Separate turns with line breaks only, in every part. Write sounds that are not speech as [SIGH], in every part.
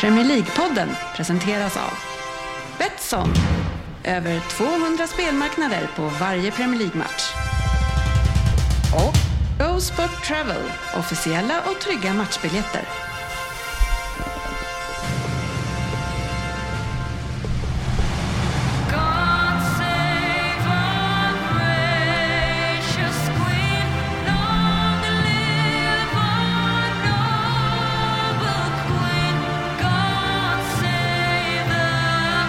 Premier League-podden presenteras av Betsson. Över 200 spelmarknader på varje Premier League-match. Och Go Sport Travel. Officiella och trygga matchbiljetter.
God save our precious Queen. Long live our noble Queen. God save the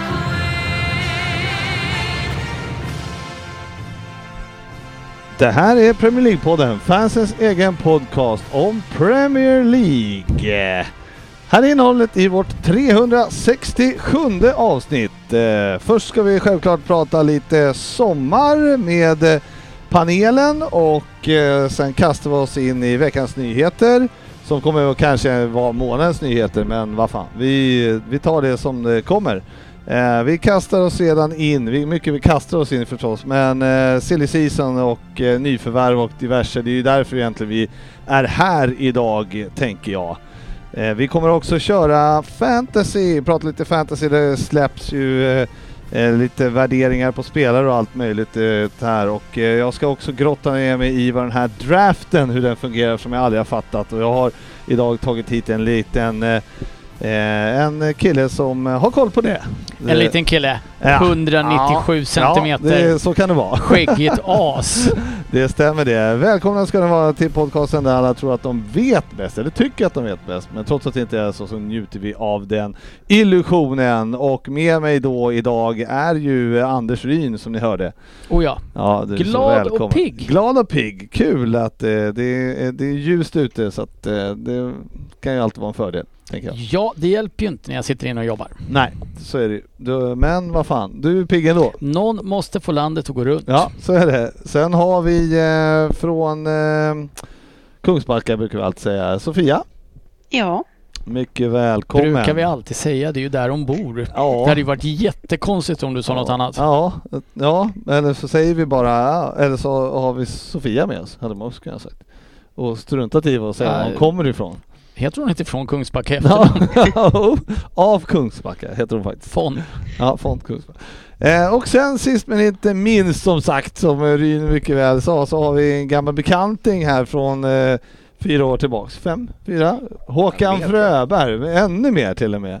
Queen.
Det här är Premier League-podden, fansens egen podcast om Premier League. Här är innehållet i vårt 367 avsnitt. Eh, Först ska vi självklart prata lite sommar med eh, panelen och eh, sen kastar vi oss in i veckans nyheter som kommer att kanske vara månadens nyheter, men vad fan, vi, vi tar det som det kommer. Eh, vi kastar oss sedan in, vi, mycket vi kastar oss in förstås, men eh, silly season och eh, nyförvärv och diverse, det är ju därför egentligen vi är här idag, tänker jag. Eh, vi kommer också köra fantasy, prata lite fantasy, det släpps ju eh, eh, lite värderingar på spelare och allt möjligt eh, här och eh, jag ska också grotta ner mig i vad den här draften, hur den fungerar som jag aldrig har fattat och jag har idag tagit hit en liten eh, Eh, en kille som eh, har koll på det. Eh,
En liten kille.
Ja.
197
Ja,
centimeter.
det, så kan det vara. [LAUGHS]
Skäggigt as.
Det stämmer det. Välkomna ska ni vara till podcasten där alla tror att de vet bäst, eller tycker att de vet bäst. Men trots att det inte är så, så njuter vi av den illusionen. Och med mig då idag är ju Anders Ryn som ni hörde.
Oh ja.
Ja, du är så
Glad och
välkommen.
pigg.
Glad och pigg. Kul att eh, det, är, det är ljust ute så att eh, det kan ju alltid vara en fördel. Tänker jag.
Ja, det hjälper ju inte när jag sitter inne och jobbar.
Nej, så är det ju. Du- Men vad fan, du är pigg ändå.
Någon måste få landet att gå runt.
Ja, så är det. Sen har vi eh, från eh, Kungsbacka brukar vi alltid säga, Sofia.
Ja,
Mycket välkommen.
Brukar vi alltid säga. Det är ju där de bor.
Ja.
Det hade ju varit jättekonstigt om du sa något
Ja.
annat.
Ja, ja, eller så säger vi bara, ja, eller så har vi Sofia med oss, hade man också kunnat sagt. Och struntat i vad säga var hon
Nej.
kommer ifrån.
Heter hon inte från Kungsbacka
Ja, [LAUGHS]
efter
av Kungsbacka heter hon faktiskt.
Fon.
Ja, Font Kungsbacka. Eh, och sen sist men inte minst som sagt, som eh, Ryn mycket väl sa, så har vi en gammal bekanting här från eh, fyra år tillbaks. Fem, fyra? Håkan Fröberg, men ännu mer till och med.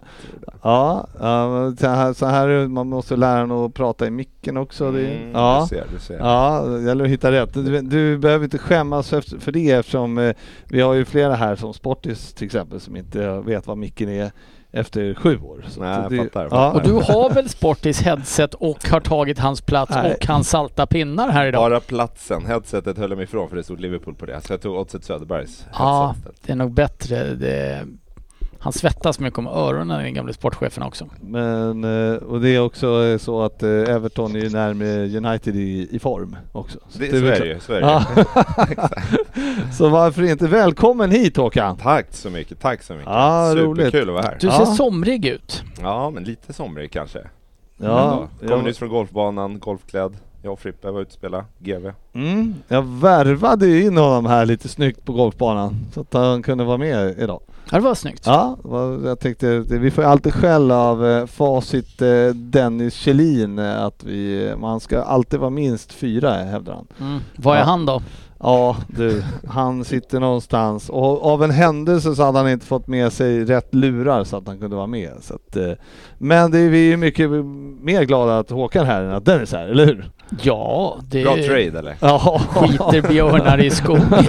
Ja, ja, men så här, så här man måste lära honom att prata i micken också. Det,
Mm,
ja.
Du ser, du ser.
Ja, det gäller att hitta rätt. Du, du behöver inte skämmas för, för det eftersom eh, vi har ju flera här som Sportis till exempel som inte vet vad micken är efter sju år. Så
Nej,
att
jag
det,
fattar, jag
Ja,
fattar.
Och du har väl Sportis headset och har tagit hans plats
Nej.
och hans salta pinnar här idag?
Bara platsen, headsetet höll jag mig ifrån för det stod Liverpool på det, så jag tog Oddset Söderbergs
Ja, ah,
headset.
det är nog bättre. Det... Han svettas mycket om öronen, den gamle sportchefen också.
Men, eh, och det är också eh, så att eh, Everton är ju närmare United i, i form också. Så
Det,
det
så
väl-
är det ju, så är det ju.
Ja. [LAUGHS] så varför inte? Välkommen hit Håkan!
Tack så mycket, tack så mycket.
Ja,
Superkul
roligt.
att vara här.
Du
Ja.
ser somrig ut.
Ja, men lite somrig kanske.
Ja,
Ändå. Kommer
jag,
nyss från golfbanan, golfklädd. Jag och Frippe var ute och spelade GV.
mm, jag värvade ju in honom här lite snyggt på golfbanan så att han kunde vara med idag.
Ja, det var snyggt.
Ja, vad- jag tänkte, det- vi får ju alltid skäll av eh, facit eh, Dennis Kjellin eh, att vi, man ska alltid vara minst fyra hävdar han.
Mm. Vad är
Ja.
han då?
Ja du, han sitter någonstans och av en händelse så hade han inte fått med sig rätt lurar så att han kunde vara med. Så att, eh, men det, är vi är ju mycket mer glada att Håkan är här än att Dennis är här, eller hur?
Ja, det
Bra trade eller?
Ja,
skiter björnar
[LAUGHS]
i skogen.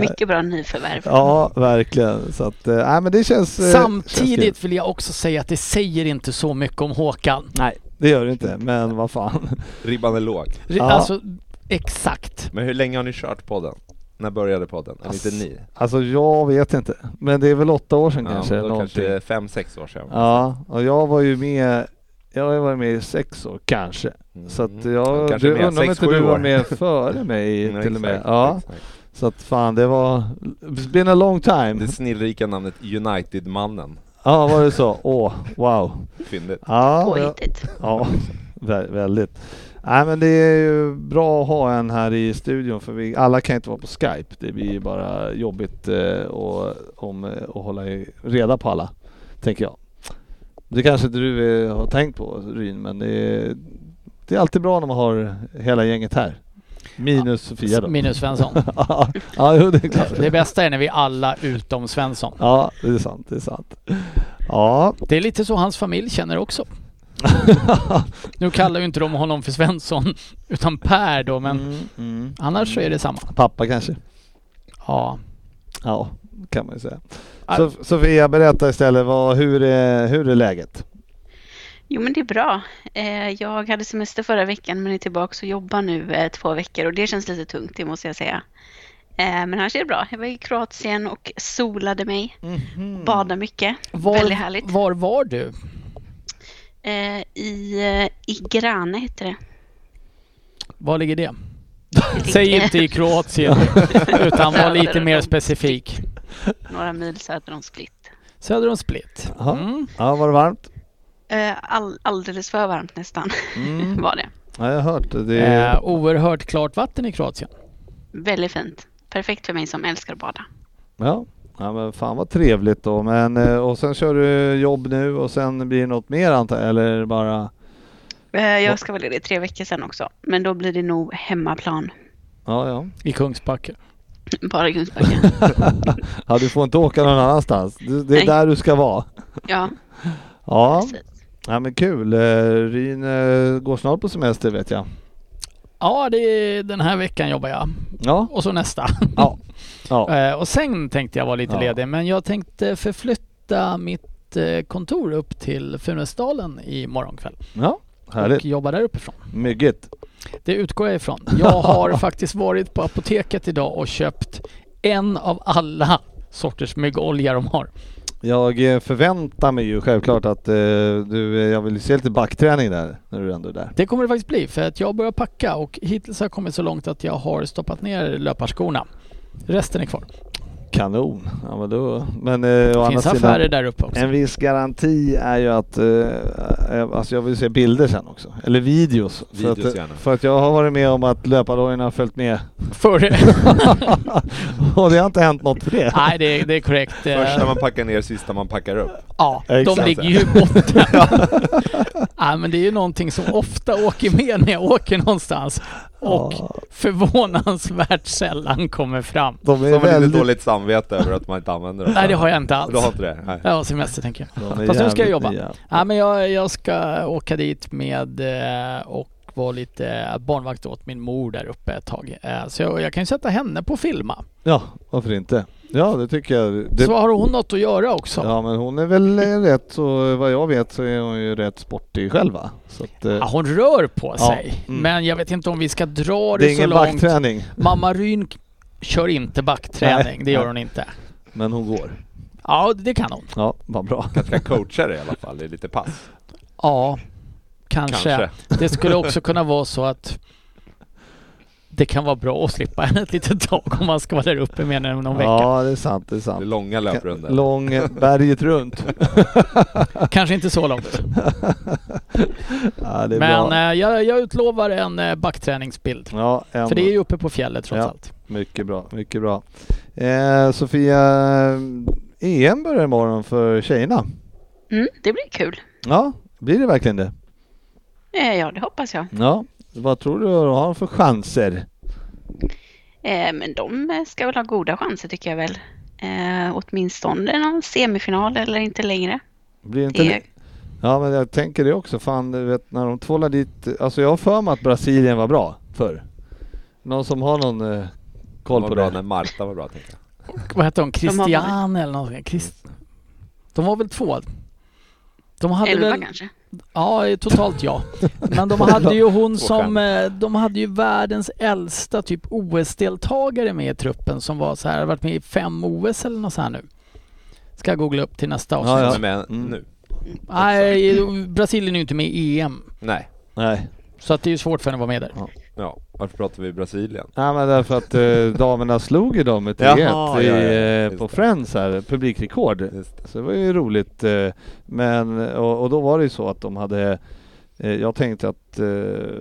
Mycket bra nyförvärv.
ja verkligen. Så att, eh, nej men det känns... eh, känns kul.
Samtidigt vill jag också säga att det säger inte så mycket om Håkan.
nej, det gör det inte, men vad fan.
Ribban är låg.
Re-
Ja.
Alltså, exakt.
Men hur länge har ni kört podden? När började podden? Eller inte ni?
Alltså jag vet inte, men det är väl åtta år sedan
Ja,
kanske.
men då
någonting.
kanske fem, sex år sedan.
Ja, och jag var ju med, jag har ju varit med i sex år kanske.
Mm.
Så att jag,
Kanske
du,
mer,
undrar om
sex,
inte du
sju
var
år.
med före
[LAUGHS]
mig
Ja,
till och med.
exakt,
Ja,
exakt.
så att fan det var, it's been a long time.
Det snillrika namnet United-mannen.
Ja, var det så? Åh, wow.
Fyndigt.
Ja, [LAUGHS] ja,
Påhittigt.
ja vä- väldigt. Nej men det är ju bra att ha en här i studion för vi alla kan inte vara på Skype. Det blir ju bara jobbigt eh, och, om, eh, att hålla i, reda på alla, tänker jag. Det kanske inte du eh, har tänkt på Ryn, men det är, det är alltid bra när man har hela gänget här. Minus Sofia då.
Minus Svensson.
[LAUGHS] ja, jo, det är klart.
Det bästa är när vi alla utom Svensson.
Ja, det är sant. Det är sant. Ja,
Det är lite så hans familj känner också. Nu kallar ju inte de honom för Svensson utan Per då men
Mm, mm.
annars så är det samma.
pappa kanske.
Ja. Äh,
Ja, kan man ju säga.
Ja.
Sof- Sofia, berätta istället. Vad, hur, är, hur är läget?
Jo, men det är bra. Eh, Jag hade semester förra veckan men är tillbaka och jobbar nu eh, två veckor och det känns lite tungt, det måste jag säga. Eh, Men annars är det bra. Jag var i Kroatien och solade mig, badade mycket. Väldigt härligt.
Var, var var du?
Eh, I, eh, I Grane heter det.
Var ligger det?
Det
Säg
ligger
inte
[LAUGHS]
i Kroatien utan var lite mer specifik.
Några mil söder om Split.
Söder om Split.
Jaha.
Mm.
Ja, var det varmt?
Eh, All, alldeles för varmt nästan [LAUGHS] var det.
Ja, jag har hört det. det är...
Eh, oerhört klart vatten i Kroatien.
Väldigt fint. Perfekt för mig som älskar att bada.
ja. ja, men fan vad trevligt då. Men, eh, och sen kör du jobb nu och sen blir det något mer antar jag? Eller bara...
Eh, Jag ska vara ledig tre veckor sedan också, men då blir det nog hemmaplan. [LAUGHS]
Ja, ja.
I Kungsbacka.
Bara i Kungsbacka. [LAUGHS]
ja, du får inte åka någon annanstans. Du, det är
Nej.
där du ska vara.
Ja,
Ja,
precis.
ja men kul. Eh, Ryn eh, går snart på semester vet jag.
Ja, det är, den här veckan jobbar jag.
Ja,
Och så nästa.
ja. ja.
Eh, och sen tänkte jag vara lite
Ja.
ledig men jag tänkte förflytta mitt eh, kontor upp till Funäsdalen i morgonkväll
ja.
och
Härligt.
jobba där uppifrån.
Myggigt.
Det utgår jag ifrån. Jag
[LAUGHS]
har faktiskt varit på apoteket idag och köpt en av alla sorters myggolja de har.
Jag eh, förväntar mig ju självklart att eh, du, eh, jag vill se lite backträning där när du ändå är där.
Det kommer det faktiskt bli för att jag börjar packa och hittills har jag kommit så långt att jag har stoppat ner löparskorna. Resten är kvar.
Kanon! Ja, men då, men eh, å
Det
andra
finns
sidan,
affärer där uppe också.
en viss garanti är ju att eh, eh, alltså jag vill se bilder sen också. Eller videos.
Videos
för, att, eh,
gärna.
för att jag har varit med om att löpardojorna har följt med. [LAUGHS]
Förr...
Och det har inte hänt något för det.
[LAUGHS] Nej, det är, det är korrekt. Eh,
Första man packar ner, sista man packar upp.
Ja,
Exakt.
de ligger ju i
[LAUGHS]
botten. [LAUGHS] ja, men det är ju någonting som ofta åker med när jag åker någonstans och
[LAUGHS] Ja,
förvånansvärt sällan kommer fram.
de är
Som har
väldigt...
lite dåligt samvete över att man inte använder dem.
Nej, det har jag inte
Du
alls.
har inte det? Nej.
Jag har semester tänker jag.
de är
Fast nu ska jag
jävligt
jobba.
nya.
Ja, men jag, jag ska åka dit med eh, och vara lite barnvakt åt min mor där uppe ett tag. Eh, Så jag, jag kan ju sätta henne på filma.
Ja, varför inte? Ja, det tycker jag. Det,
Så har hon något att göra också.
Ja men hon är väl eh, rätt så, vad jag vet så är hon ju rätt sportig själv va? Så att, eh,
Ja, hon rör på
Ja,
sig.
mm.
Men jag vet inte om vi ska dra det,
det är
så
ingen
långt.
[LAUGHS] backträning
Mamma Ryn k- kör inte backträning,
Nej.
det gör
Nej.
hon inte.
men hon går.
Ja, det kan hon.
Ja, vad bra.
Kanske kan coacha det i alla fall i lite pass.
Ja, kanske.
Kanske.
Det
[LAUGHS]
skulle också kunna vara så att det kan vara bra att slippa henne ett litet tag om man ska vara där uppe mer än någon vecka.
Ja det är sant, det är
Det är
sant.
långa löprundor.
Lång eh, berget
[LAUGHS]
runt.
Kanske inte så långt.
Ja, det är
Men
bra.
eh, jag, jag utlovar en eh, backträningsbild.
Ja, en,
För det är ju uppe på fjället trots
Ja.
allt.
mycket bra, mycket bra. Eh, Sofia, eh, EM börjar imorgon för tjejerna.
Mm, det blir kul.
Ja, blir det verkligen det?
Eh, Ja, det hoppas jag.
Ja, vad tror du de har för chanser?
Eh, Men de eh, ska väl ha goda chanser tycker jag väl. Eh, åtminstone någon semifinal eller inte längre.
Blir det inte
Det,
Ja men jag tänker det också. Fan du vet när de tvålar dit. Alltså jag har för mig att Brasilien var bra förr. Någon som har någon eh, koll
var
på
bra
det?
när Marta var bra tänkte jag.
Vad hette hon?
har varit-
Christiane eller någonting? Christ... De var väl två? De hade
elva
väl...
kanske.
Ja, totalt ja. Men de hade ju hon
[LAUGHS]
Två
som, eh, de hade ju världens äldsta typ OS-deltagare med i truppen som var så här, har varit med i fem OS eller något så här nu. Ska jag googla upp till nästa avsnitt.
Ja.
Som är med
Mm.
nu.
Nej, Brasilien är ju inte med i EM.
Nej.
Nej.
Så att det är ju svårt för henne att vara med där.
Ja. Varför pratar vi Brasilien?
Nej men därför att eh, damerna slog ju dem med 3-1
Jaha,
i,
ja, ja, ja.
eh,
Just
på
det.
Friends här. Publikrekord.
Just det.
Så det var ju roligt. eh, Men och, och då var det ju så att de hade Eh, Jag tänkte att eh,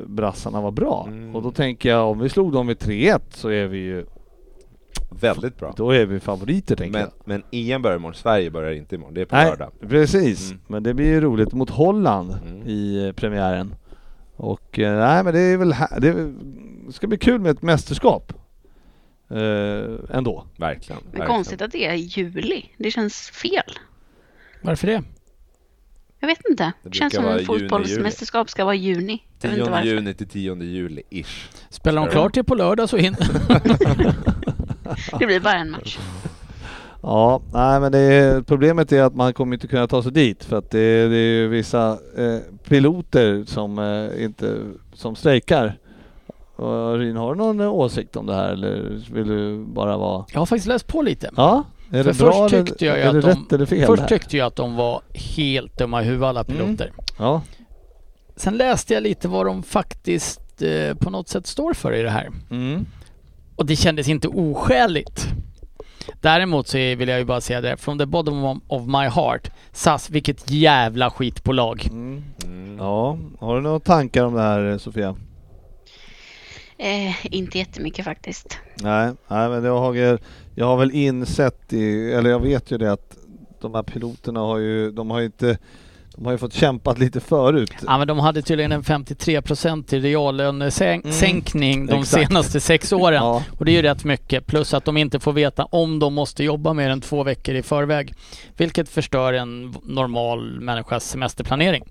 brassarna var bra
Mm.
och då tänker jag om vi slog dem med 3-1 så är vi ju
Väldigt bra.
då är vi favoriter tänker
Men, men EM börjar imorgon, Sverige börjar inte imorgon, det är på
Nej.
lördag.
jag. Precis,
Mm.
men det blir ju roligt mot Holland
Mm.
i eh, premiären. Och eh, nej men det är väl här, det är väl- ska bli kul med ett mästerskap. Eh, ändå.
Verkligen.
Men
verkligen.
konstigt att det är i juli. Det känns fel.
Varför det?
Jag vet inte.
Det
Det känns
brukar
som
vara
att
i juni,
fotbollsmästerskap ska vara i juni. Jag vet inte
10
varför.
juni till 10 juli, ish.
Spelar de
Ja.
klart det på lördag så hinner
Det blir bara en match.
Ja, nej men det är, problemet är att man kommer inte kunna ta sig dit för att det, är- det är ju vissa eh, piloter som eh, inte som strejkar. Och Ryn, har du någon eh, åsikt om det här eller vill du bara vara...
Jag har faktiskt läst på lite.
Ja, är
För
det bra
först
eller,
tyckte jag ju
är det
att de-
rätt eller fel? det
Först
här? Mm.
tyckte jag att de var helt dumma i huvudet alla piloter.
Ja,
Sen läste jag lite vad de faktiskt eh, på något sätt står för i det här.
mm.
Och det kändes inte oskäligt. Däremot så är- vill jag ju bara säga det, from the bottom of- of my heart, SAS, vilket jävla skitbolag.
Mm.
Mm.
ja, har du några tankar om det här eh, Sofia?
Eh, inte jättemycket faktiskt.
Nej, nej men jag har, jag har väl insett, i, eller jag vet ju det att de här piloterna har ju, de har ju inte, de har ju fått kämpat lite förut.
Ja men de hade tydligen en 53-procentig reallönesänkning de
Mm, exakt.
senaste sex åren.
Ja,
Och det är ju rätt mycket, plus att de inte får veta om de måste jobba mer än två veckor i förväg. Vilket förstör en v- normal människas semesterplanering.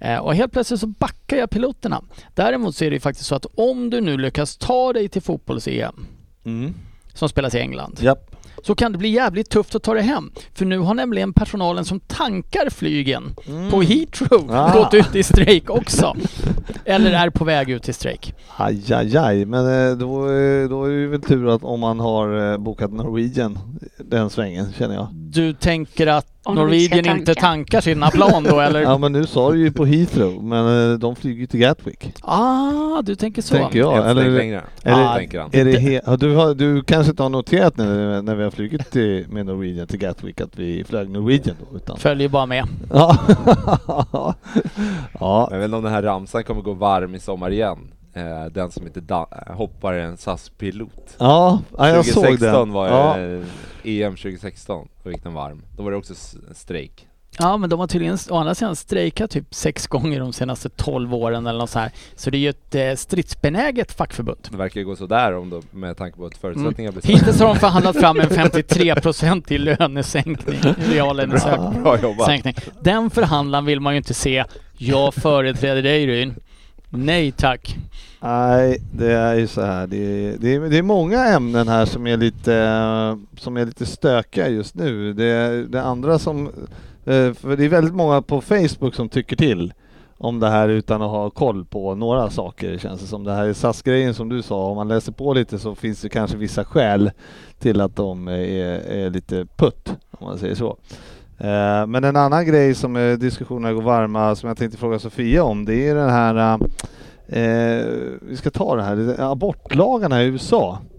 Eh, och helt plötsligt så backar jag piloterna. Däremot så är det ju faktiskt så att om du nu lyckas ta dig till fotbolls-EM,
mm.
som spelas i England,
Japp.
så kan det bli jävligt tufft att ta dig hem. För nu har nämligen personalen som tankar flygen på Heathrow
Ah.
gått ut i strejk också. Eller är på väg ut i strejk.
Aj, aj, aj. Men eh, då, eh, då är det väl tur att om man har eh, bokat Norwegian den svängen känner jag.
Du tänker att
Om de
Norwegian
ska tanka.
inte tankar sina plan då eller?
Ja men nu sa du ju på Heathrow, men eh, de flyger ju till Gatwick.
Ah, du tänker så.
Tänker
Ett
jag.
steg
Eller,
längre,
eller-
ah, tänker han.
är det he- ja, du, har, du kanske inte har noterat när, när vi har flugit till, med Norwegian till Gatwick att vi flög Norwegian då? Utan... [LAUGHS]
Följer bara med.
Ja. ja.
Jag vet inte om den här ramsan kommer gå varm i sommar igen. Eh, den som inte da- hoppar är en SAS-pilot.
Ja, ja, jag såg
2016
den.
var
ja.
eh, EM 2016, då gick den varm. Då var det också s- strejk.
Ja men de har tydligen å andra sidan strejkat typ sex gånger de senaste 12 åren eller något så här. Så det är ju ett eh, stridsbenäget fackförbund.
[LAUGHS]
Det verkar ju gå sådär om då, med tanke på att
Mm.
förutsättningarna blir så
Hittills har de förhandlat fram en 53
[LAUGHS]
i lönesänkning, reallönesänkning.
[LAUGHS] Bra jobbat!
sänkning. Den förhandlan vill man ju inte se. Jag företräder dig Ryn. Nej tack.
Nej, det är ju så här. Det är, det, är, det är många ämnen här som är lite, eh, som är lite stökiga just nu. Det, det andra som... eh, För det är väldigt många på Facebook som tycker till om det här utan att ha koll på några saker känns det som. Det här är SAS-grejen som du sa, om man läser på lite så finns det kanske vissa skäl till att de är, är lite putt, om man säger så. Eh, Men en annan grej som eh, diskussionerna går varma som jag tänkte fråga Sofia om det är den här eh, Eh, vi ska ta det här. Det är Abortlagarna i USA. Mm.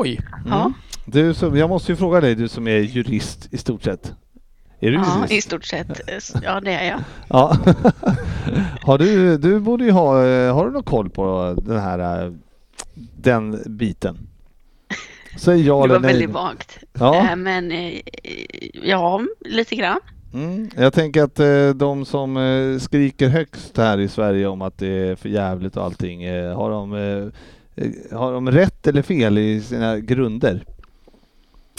Oj,
Ja,
Du som, jag måste ju fråga dig, du som är jurist i stort sett. Är du
ja, i
jurist?
stort sett. eh, s- Ja, det är jag.
Ja. [LAUGHS] har du, du borde ju ha, eh, har du någon koll på den här, eh, den biten? Säg ja
Det var
eller nej.
väldigt vagt. Eh,
ja.
Men eh, ja, lite grann.
mm. Jag tänker att eh, de som eh, skriker högst här i Sverige om att det är för jävligt och allting, eh, har de, eh, eh, har de rätt eller fel i sina grunder?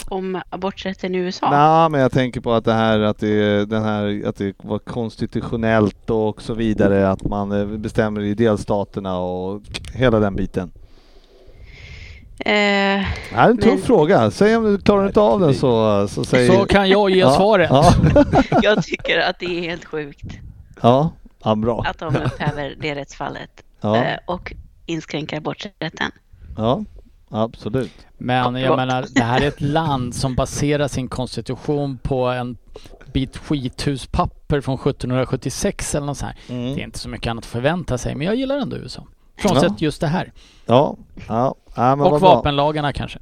Om aborträtten i USA.
Nej, men jag tänker på att det här att det, den här, att det var konstitutionellt och så vidare, att man eh, bestämmer i delstaterna och hela den biten.
Eh, [LAUGHS]
Det här är en tuff
Men-
fråga. Säg om du klarar inte av den så, så säg...
så kan jag ge
Ja,
svaret.
Ja, [LAUGHS]
jag tycker att det är helt sjukt
ja, ja bra. [LAUGHS]
att de upphäver det rättsfallet
Ja,
eh, och inskränker aborträtten.
ja, absolut.
Men jag
Förlåt.
menar, det här är ett land som baserar sin konstitution på en bit skithuspapper från 1776 eller något så här. Det är inte så mycket annat att förvänta sig, men jag gillar ändå USA. Frånsett
Ja.
just det här.
Ja, ja, ja men
Och
vad bra.
vapenlagarna kanske.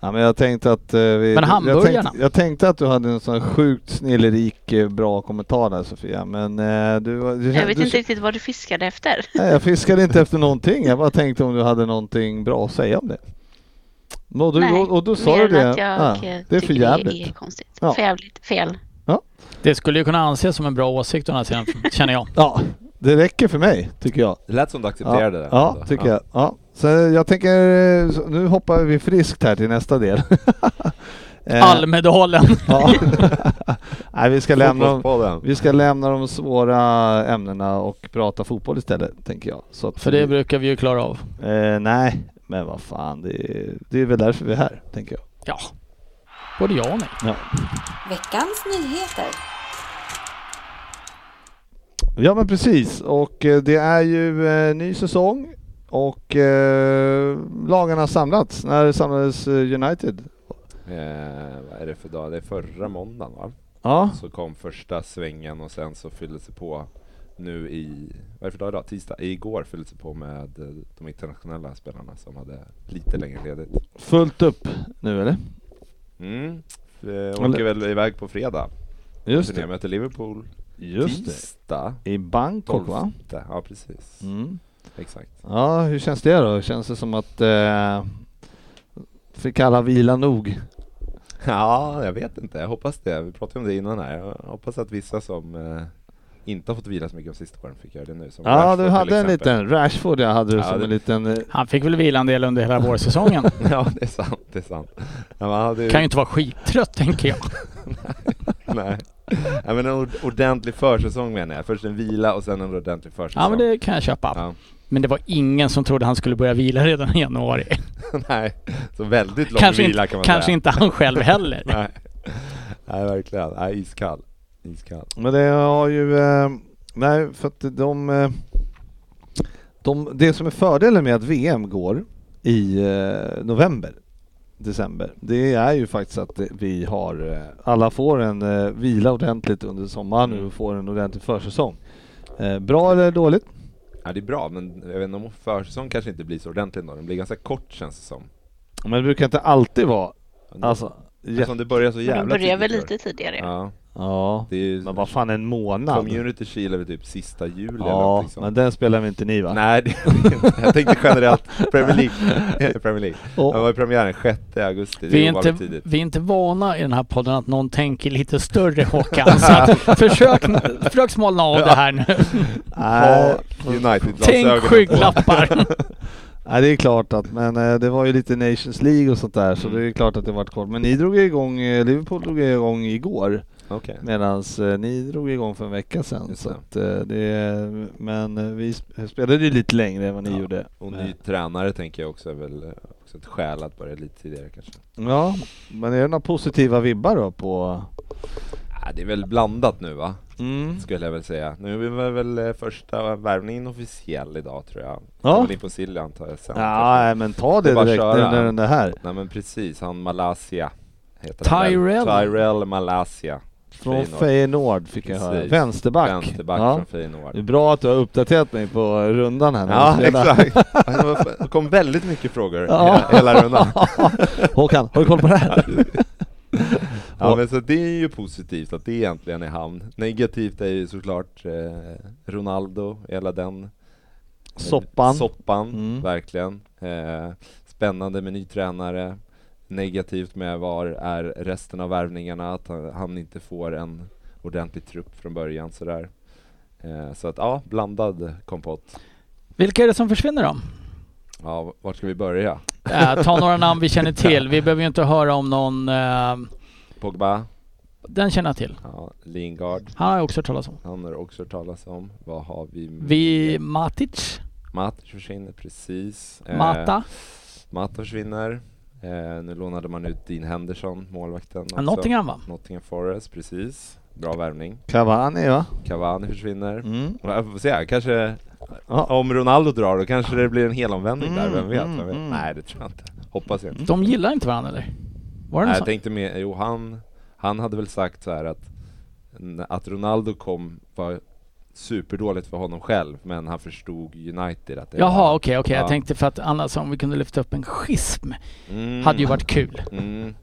Ja, men jag tänkte att eh, vi,
Men hamburgarna?
Jag tänkte, jag tänkte att du hade en sån sjukt snillerik eh, bra kommentar där Sofia, men eh, du, var- du
Jag vet
du,
inte riktigt vad du fiskade efter.
Nej, jag fiskade inte efter någonting. Jag bara tänkte om du hade någonting bra att säga om det. Och, du,
Nej,
och, och då sa
mer
du
än
det.
Att jag
Ja,
eh,
det är
tycker
för jävligt.
Det är konstigt.
Ja.
För jävligt. Fel.
Det skulle ju kunna anses som en bra åsikt å andra sidan, [LAUGHS] känner jag.
Ja, det räcker för mig tycker jag.
Det lät som du
Ja,
accepterade det.
ja
ändå.
tycker jag. Ja. Så jag tänker, eh, så nu hoppar vi friskt här till nästa del. [LAUGHS] Eh,
Almedalen.
ja. [LAUGHS] Nej, vi ska lämna dem.
Fotbollspodden.
Vi ska lämna de svåra ämnena och prata fotboll istället, tänker jag. Så att
För det brukar vi ju klara av.
eh, Nej, men vad fan, det är, det är väl därför vi är här, tänker jag.
Ja. Både jag och nej.
Veckans nyheter.
Ja men precis och eh, det är ju eh, ny säsong och eh, lagarna har samlats. När samlades eh, United?
Eh, vad är det för dag? Det är förra måndagen va?
Ja,
Så kom första svängen och sen så fyllde sig på nu i, vad är det för dag idag? Tisdag? Igår fyllde sig på med eh, de internationella spelarna som hade lite längre ledigt.
fullt upp nu eller?
Mm. Eh,
Eller-
åker väl iväg på fredag.
Just
Turné
det.
möter Liverpool
Just det.
tisdag.
I Bangkok va?
12. Ja precis.
Mm.
Exakt. [LAUGHS]
Ja, hur känns det då? Känns det som att eh, fick alla vila nog?
Ja, jag vet inte. Jag hoppas det. Vi pratade om det innan här. Jag hoppas att vissa som eh, inte har fått vila så mycket de sista åren fick göra det nu. Som
Ja,
Rashford
du
till
hade en
exempel.
liten Rashford, jag hade du
Ja,
som
det-
en liten... eh,
Han fick väl vila en del under hela vårsäsongen.
[LAUGHS] Ja, det är sant. Det är sant. Ja, men han hade
[LAUGHS]
ju-
Kan ju inte vara skittrött, tänker jag.
[LAUGHS] Nej. Ja, men en ord- ordentlig försäsong menar jag. Först en vila och sen en ordentlig försäsong.
Ja, men det kan jag köpa.
Ja.
Men det var ingen som trodde han skulle börja vila redan i januari.
[LAUGHS] Nej, så väldigt lång
Kanske,
vila
inte,
kan man
kanske
säga.
inte han själv
[LAUGHS]
heller.
Nej. Nej, verkligen. Nej, iskall. Iskall.
Men det har ju... Eh, nej, för att de, eh, de... Det som är fördelen med att VM går i eh, november, december, det är ju faktiskt att det- vi har... Eh, alla får en eh, vila ordentligt under sommaren
Mm.
och får en ordentlig försäsong. Eh, bra eller dåligt?
Ja, det är bra, men jag vet inte om försäsong kanske inte blir så ordentlig ändå. Den blir ganska kort känns det som.
Men det brukar inte alltid vara... Alltså...
Ja.
Ja.
Som det börjar så
Men
jävla
de börjar väl
tidigt i år.
lite tidigare.
Ja,
ja.
det är ju...
Men vad fan, en månad?
Community Shield är väl typ sista juli eller
Ja,
något liksom.
men den spelar väl inte ni va?
Nej, det jag tänkte generellt
[LAUGHS]
Premier League. Premier League.
Och-
Det var ju premiären 6 augusti, det
Vi
är
är,
ovanligt
inte,
tidigt.
vi är inte vana i den här podden att någon tänker lite större Håkan. Så
[LAUGHS]
att försök, försök smalna av det här nu. [LAUGHS]
Nej.
United
Tänk skygglappar.
Ja, det är klart att, men eh, det var ju lite Nations League och sånt där så
Mm.
det är klart att det vart kort. Men ni drog ju igång, eh, Liverpool drog ju igång igår
Okej.
medan ni drog igång för en vecka sedan.
Just
Så
det.
att, eh, det, men eh, vi sp- spelade ju lite längre än vad ni
Ja,
gjorde.
Och
Men-
ny tränare tänker jag också är väl eh, också ett skäl att börja lite tidigare kanske.
Ja, men är det några positiva vibbar då på...
Ah, det är väl blandat nu va,
Mm.
skulle jag väl säga. Nu är väl, väl eh, första värvningen officiell idag tror jag.
Ja.
Ja. in på Silja antar jag sen.
Ja, eh. nej, men ta
Det är
det
bara
direkt
att
nu
köra.
när den är här.
Nej men precis, han Malaysia heter han väl.
Tyrell.
Tyrell Malaysia.
Från
Feyenoord.
Feyenoord fick jag höra.
Precis.
Vänsterback.
Vänsterback
Ja.
från
Det är
Feyenoord.
bra att du har uppdaterat mig på rundan här. när
Ja [LAUGHS]
vi spelar.
exakt! Det kom väldigt mycket frågor
Ja.
hela- hela rundan.
Håkan, har du koll på det här?
Ja
Och-
men så det är ju positivt att det egentligen är hamn. Negativt är ju såklart eh, Ronaldo, hela den eh,
Soppan.
[LAUGHS] soppan
Mm.
verkligen. Eh, spännande med ny tränare. Negativt med var är resten av värvningarna, att han, han inte får en ordentlig trupp från början sådär. Eh, så att ja, blandad kompott.
[LAUGHS] Vilka är det som försvinner då?
Ja, v- vart ska vi börja?
Eh, ta några namn vi känner till. Vi behöver ju inte höra om någon... eh,
Pogba,
den känner jag till.
ja, Lingard,
Han har jag också hört talas om.
han har också hört talas om. Vad har vi? mer?
Vi... Matic?
Matic försvinner precis. Eh,
Mata?
Mata försvinner. Eh, nu lånade man ut Dean Henderson, målvakten. också.
Nottingham va?
Nottingham Forest, precis. Bra värvning.
Cavani va?
Cavani försvinner.
Mm.
Och Jag får se, kanske
Ja.
om Ronaldo drar då kanske det blir en helomvändning där, vem vet?
Mm,
Vem vet?
mm,
Nej, det tror jag inte. Hoppas jag inte.
De gillar inte varandra eller? Var det
Nej,
något
jag
sånt?
tänkte mer, jo han, han hade väl sagt så här att, att Ronaldo kom var superdåligt för honom själv, men han förstod United att det
Jaha, okej, okej.
Ja.
Jag tänkte för att annars om vi kunde lyfta upp en schism
Mm.
hade ju varit kul.
Mm.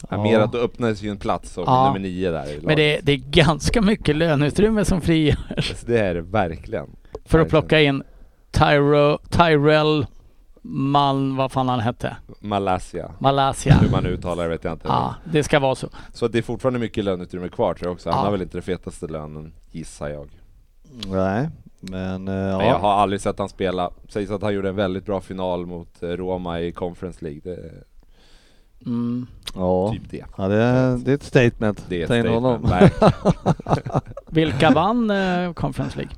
Ja.
Ja.
Mer att då öppnades ju en plats som
Ja.
nummer nio där i laget.
Men det, det är ganska mycket löneutrymme som frigörs
Så Alltså, det är det verkligen.
för att plocka in Tyro, Tyrell Mal, vad fan han hette,
Malaysia.
[LAUGHS]
Malaysia.
Hur man uttalar det vet jag inte.
Ja, det ska vara så.
Så att det är fortfarande mycket löneutrymme kvar tror jag också. Han
Ja.
har väl inte den fetaste lönen, gissar jag.
Nej, men eh,
Men jag
ja.
har aldrig sett han spela. Sägs att han gjorde en väldigt bra final mot eh, Roma i Conference League. Det är
Mm.
Ja.
typ det.
ja, det är, det är ett statement.
Det är ett
Ta in
statement.
honom.
Nej.
[LAUGHS]
Vilka vann eh, Conference League?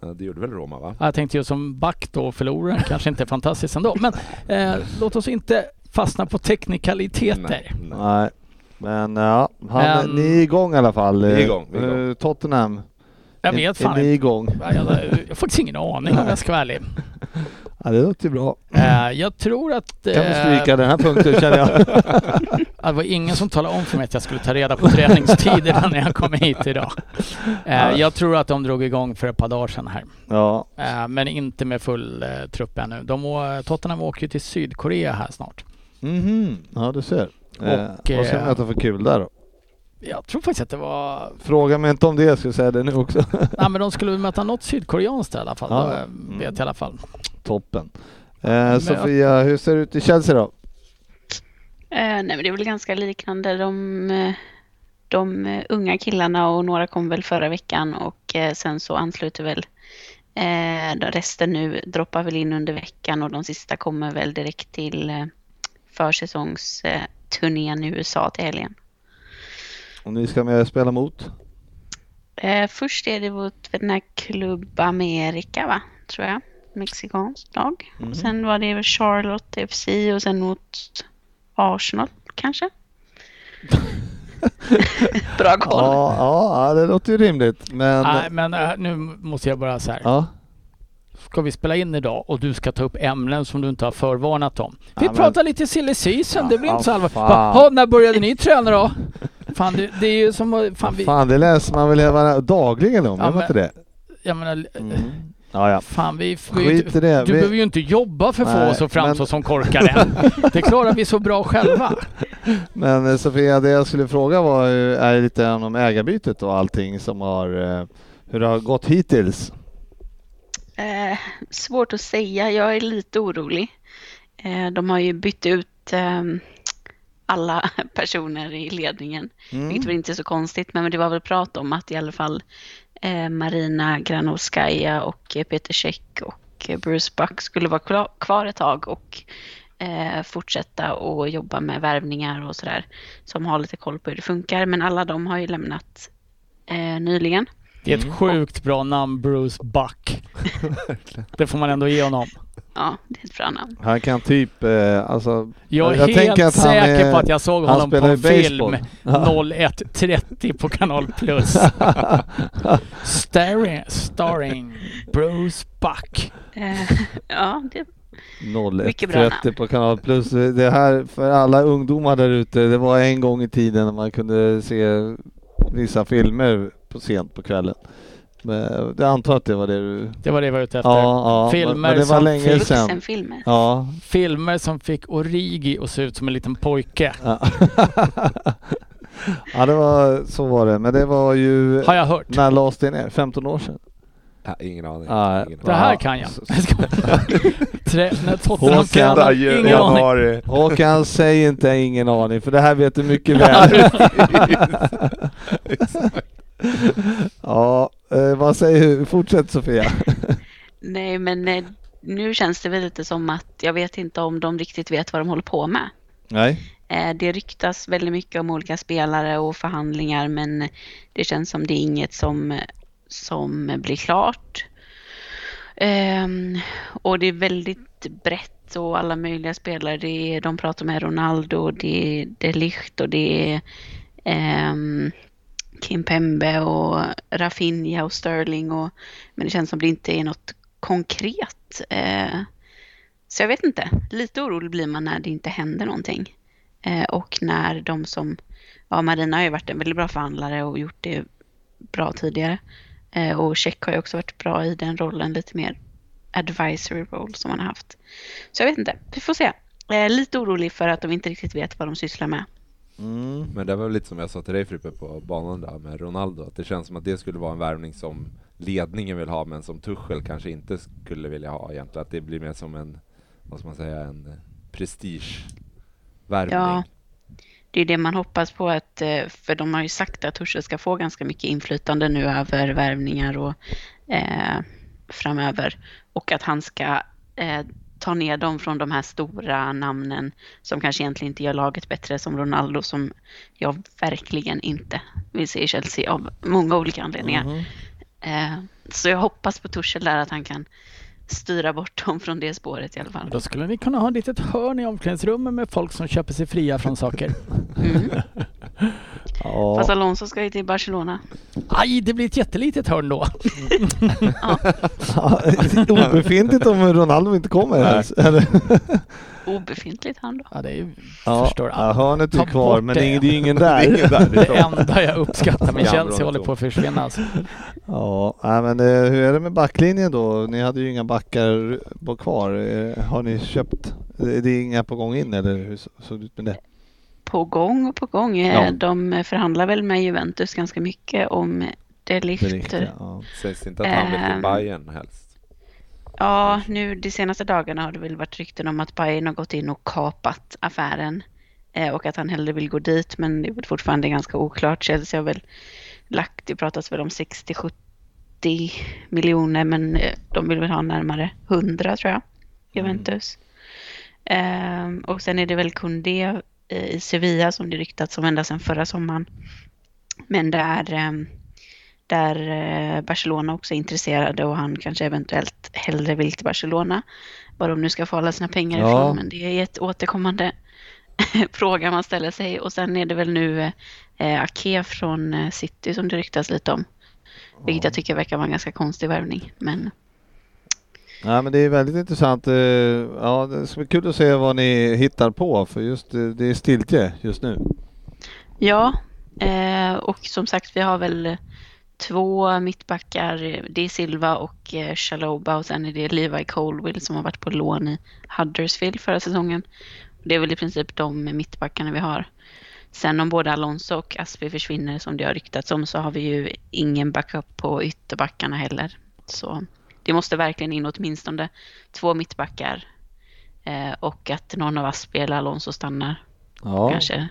Ja, Det gjorde väl Roma va?
Ja, Jag tänkte ju som back då, förloraren kanske inte är fantastiskt ändå. Men eh, låt oss inte fastna på teknikaliteter.
Nej. Nej.
Nej, men eh, ja. Han,
Men-
Ni är igång i alla fall.
Vi är
Eh,
igång, vi är igång.
eh, Tottenham.
Jag
Är-
vet fan
Är ni
inte.
igång?
Jag, jag, jag har faktiskt ingen aning om jag ska vara ärlig.
Ja, det låter ju bra.
Eh, jag tror att...
Kan vi
eh,
stryka den här punkten känner
[LAUGHS]
jag.
Ja, Det var ingen som talade om för mig att jag skulle ta reda på träningstiderna när jag kom hit idag. Eh, Jag tror att de drog igång för ett par dagar sedan här.
Ja,
Eh, Men inte med full eh, trupp ännu. De, å- Tottenham åker ju till Sydkorea här snart.
mhm, ja du ser. eh,
Och,
vad ska vi
eh,
möta för kul där då?
Jag tror faktiskt att det var...
Fråga mig inte om det, jag skulle säga det nu också. [LAUGHS]
Nej men de skulle väl möta något sydkoreanskt i alla fall.
Ja.
Det eh, vet jag i alla fall.
Toppen. Eh, Sofia, hur ser det ut i Chelsea då?
Eh, nej, men det är väl ganska liknande. De, eh, de eh, unga killarna och några kom väl förra veckan och eh, sen så ansluter väl eh, de resten nu, droppar väl in under veckan och de sista kommer väl direkt till eh, försäsongsturnén i USA till helgen.
Om ni ska med och spela mot?
Eh, först är det mot den här Club America, va? tror jag. Mexikanskt lag. Och sen var det väl Charlotte FC och sen mot Arsenal kanske. Bra koll.
Ja, ja, ja, det låter ju rimligt. Men...
Nej men eh, nu måste jag bara så här.
Ja.
Ska vi spela in idag och du ska ta upp ämnen som du inte har förvarnat om? Vi
Ja, men-
pratar lite silly season, det blir
Ja,
inte så allvarligt.
fan.
Va, ha, när började ni träna då? Fan det, det är ju som att- fan, vi,
Fan, det läser man väl hela- dagligen om,
Ja,
gör man
men-
inte det? Mm.
jag menar,
Ja, ja.
fan vi, vi
Skit i det.
du
Vi-
behöver ju inte jobba för att få
Nej,
oss att framstå
men- [LAUGHS]
som korkade. Det klarar vi så bra själva.
Men eh, Sofia, det jag skulle fråga var ju, är lite grann om ägarbytet och allting som har, eh, hur det har gått hittills.
Eh, svårt att säga. Jag är lite orolig. Eh, de har ju bytt ut ehm, alla [LAUGHS] personer i ledningen, vilket väl inte är så konstigt. Men det var väl prat om att i alla fall eh, Marina Granovskaja och eh, Peter Cech och eh, Bruce Buck skulle vara kla- kvar ett tag och eh, fortsätta och jobba med värvningar och sådär som har lite koll på hur det funkar. Men alla de har ju lämnat eh, nyligen.
Det är
Mm.
ett sjukt bra namn,
[LAUGHS]
Bruce Buck. Det får man ändå ge honom.
Ja, det är ett bra namn.
Han kan typ, eh, alltså,
Jag är
Jag tänker
helt
att han
säker
är-
på att jag såg
han
honom på
spelar
en
ju baseball.
film 01.30 på Kanal
[LAUGHS]
Plus. starring, starring Bruce Buck.
Eh, [LAUGHS] ja, det, Mycket bra
01.30 på Kanal Plus. Det här, för alla ungdomar där ute, det var en gång i tiden när man kunde se vissa filmer på sent på kvällen. Men jag antar att det var det du...
Det var det jag var ute efter.
Ja, ja.
Filmer
men, men det var
som
länge
finns.
sedan.
vuxenfilmer.
Ja.
Filmer som fick Origi att se ut som en liten pojke.
Ja. [LAUGHS] ja, det var, så var det. Men det var ju...
Har jag hört.
När lades det ner? 15 år sedan?
Ja, ingen aning.
Nej.
ingen aning.
Det här
Ja. [LAUGHS]
kan jag.
Så-
Trä, när Tottenham
Håkan
tränar,
Adjö,
ingen
jag
aning.
har,
[LAUGHS]
eh,
Håkan, säg inte ingen aning för det här vet du mycket
[LAUGHS]
väl. ja, eh, vad säger du? Fortsätt Sofia.
Nej, men eh, nu känns det väl lite som att jag vet inte om de riktigt vet vad de håller på med.
Nej.
Eh, Det ryktas väldigt mycket om olika spelare och förhandlingar, men det känns som det är inget som, som blir klart. Ehm, och det är väldigt brett och alla möjliga spelare. Det är, de pratar med Ronaldo, det är De Ligt och det är ehm, Kim Pembe och Rafinha och Sterling. Och, men det känns som det inte är något konkret. Eh, så jag vet inte. Lite orolig blir man när det inte händer någonting. Eh, och när de som, ja Marina har ju varit en väldigt bra förhandlare och gjort det bra tidigare. Eh, Och Check har ju också varit bra i den rollen, lite mer advisory roll som han har haft. Så jag vet inte, vi får se. Eh, Lite orolig för att de inte riktigt vet vad de sysslar med.
Mm.
Men det var väl lite som jag sa till dig Frippe på banan där med Ronaldo, att det känns som att det skulle vara en värvning som ledningen vill ha men som Tuchel kanske inte skulle vilja ha egentligen. Att det blir mer som en, vad ska man säga, en eh, prestigevärvning.
Ja. Det är det man hoppas på, att, eh, för de har ju sagt att Tuchel ska få ganska mycket inflytande nu över värvningar och eh, framöver. Och att han ska eh, ta ner dem från de här stora namnen som kanske egentligen inte gör laget bättre, som Ronaldo som jag verkligen inte vill se i Chelsea av många olika anledningar. Eh, så jag hoppas på Tuchel där att han kan styra bort dem från det spåret i alla fall.
Då skulle ni kunna ha ett litet hörn i omklädningsrummet med folk som köper sig fria från saker.
Mm. Fast
Ja.
Alonso ska ju till Barcelona.
Aj, det blir ett jättelitet hörn då.
[LAUGHS] Obefintligt om Ronaldo inte kommer ens. Eller?
Obefintligt han då.
Ja, det är ju,
Ja,
förstår
ja,
allt.
hörnet är
Ta
kvar
bort
men
det.
det är det är
[LAUGHS]
ingen
Det är
där.
ingen där, det är
Det
klart.
enda jag uppskattar med
Gamla
Chelsea håller
Ronaldo.
på att försvinna alltså.
Ja, nej, men eh, hur är det med backlinjen då? Ni hade ju inga backar på kvar. Eh, Har ni köpt? Det det är inga på gång in eller hur så- såg det ut med det?
på gång och på gång. Eh,
Ja.
De förhandlar väl med Juventus ganska mycket om
Det
Delicht.
riktiga, ja.
Sägs inte att han vill
Ehm.
till Bayern
[LAUGHS]
helst.
Ja, nu de senaste dagarna har det väl varit rykten om att Bayern har gått in och kapat affären eh, och att han hellre vill gå dit, men det är väl fortfarande ganska oklart. Chelsea har väl lagt, det pratas väl om 60-70 miljoner, men eh, de vill väl ha närmare 100 tror jag, Juventus. Ehm, och sen är det väl Koundé eh, i Sevilla som det ryktats om ända sedan förra sommaren. Men det är ehm, där eh, Barcelona också är intresserade och han kanske eventuellt hellre vill till Barcelona. Var de nu ska få alla sina pengar
Ja.
ifrån, men det är ett återkommande [LAUGHS] fråga man ställer sig. Och sen är det väl nu eh, Ake från eh, City som det ryktas lite om. Vilket jag tycker verkar vara en ganska konstig värvning. Men
Nej, men det är väldigt intressant. eh, Ja, det ska bli kul att se vad ni hittar på för just eh, det är stiltje just nu.
ja, eh, och som sagt vi har väl två mittbackar. Det är Silva och eh, Chaloba och sen är det Levi Colwill som har varit på lån i Huddersfield förra säsongen. Det är väl i princip de mittbackarna vi har. Sen om både Alonso och Aspi försvinner som det har ryktats om så har vi ju ingen backup på ytterbackarna heller. Så det måste verkligen in åtminstone två mittbackar eh, och att någon av Aspi eller Alonso stannar.
Ja,
Kanske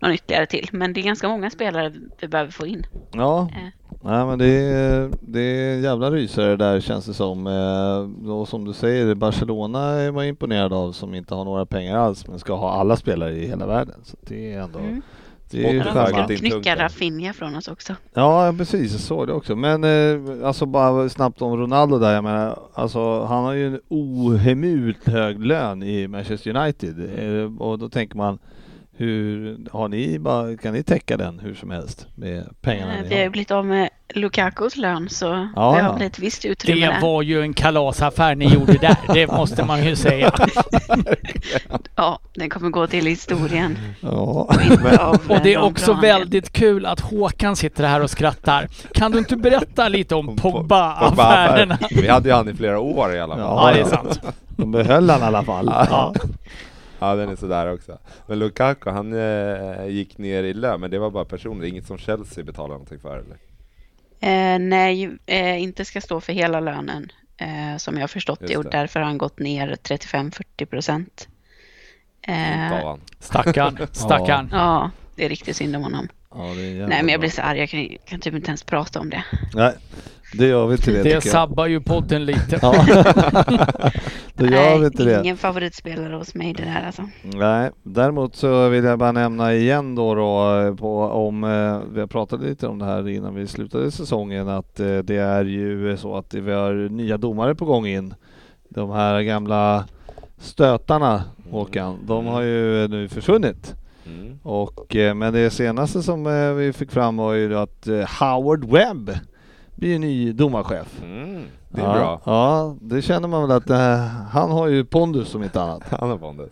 någon ytterligare till. Men det är ganska många spelare vi behöver få in.
ja.
Eh.
Nej, men det är, det är en jävla rysare där känns det som. Eh, Och som du säger, Barcelona är man imponerad av som inte har några pengar alls men ska ha alla spelare i hela världen. Så det är ändå...
Mm.
Det är ju
Smått
Ja, de
ögat
charmant.
ska
in tungt
knycka
där.
Rafinha från oss också.
Ja, precis. Jag såg det också. Men eh, alltså bara snabbt om Ronaldo där. Jag menar, alltså, han har ju en ohemult hög lön i Manchester United. Eh, och då tänker man, hur har ni, bara, kan ni täcka den hur som helst med pengarna
Eh, Vi
ni
har ju
har?
blivit av med Lukakos lön så
Ja,
vi
ja.
har väl ett visst utrymme
Det
där.
var ju en kalasaffär ni gjorde där, det måste man ju säga.
Ja, den kommer gå till historien.
[LAUGHS] Ja.
av,
Och det
eh,
är
någon
också
bra handel.
väldigt kul att Håkan sitter här och skrattar. Kan du inte berätta lite om
Pogba-affären.
Pogba-affärerna?
Vi hade ju han i flera år i alla fall.
Ja, det är sant.
De behöll han i alla fall.
Ja.
Ja den är sådär också. Men Lukaku han eh, gick ner i lön, men det var bara personligt, inget som Chelsea betalade någonting för eller?
Eh, nej, eh, inte ska stå för hela lönen eh, som jag har förstått det.
Just
och
det.
därför har han gått ner 35-40 procent.
Inte av
Eh,
han.
Stackarn, stackarn.
ja, det är riktigt synd om honom.
Ja, det är jävla
nej, men
bra.
jag blir så arg, jag kan, kan typ inte ens prata om det.
Nej, det gör vi inte det,
Det
tycker jag.
sabbar ju podden lite.
Ja. Då gör vi inte det.
ingen favoritspelare hos mig det där alltså.
Nej, däremot så vill jag bara nämna igen då, då eh, på, om, eh, vi har pratat lite om det här innan vi slutade säsongen, att eh, det är ju så att vi har nya domare på gång in. De här gamla stötarna, Håkan, de har ju nu försvunnit.
Mm.
Och, eh, men det senaste som eh, vi fick fram var ju att eh, Howard Webb blir ny domarchef.
Mm. Det är
ja,
bra.
Ja, det känner man väl att eh, han har ju pondus som inte annat.
[LAUGHS] Han har pondus.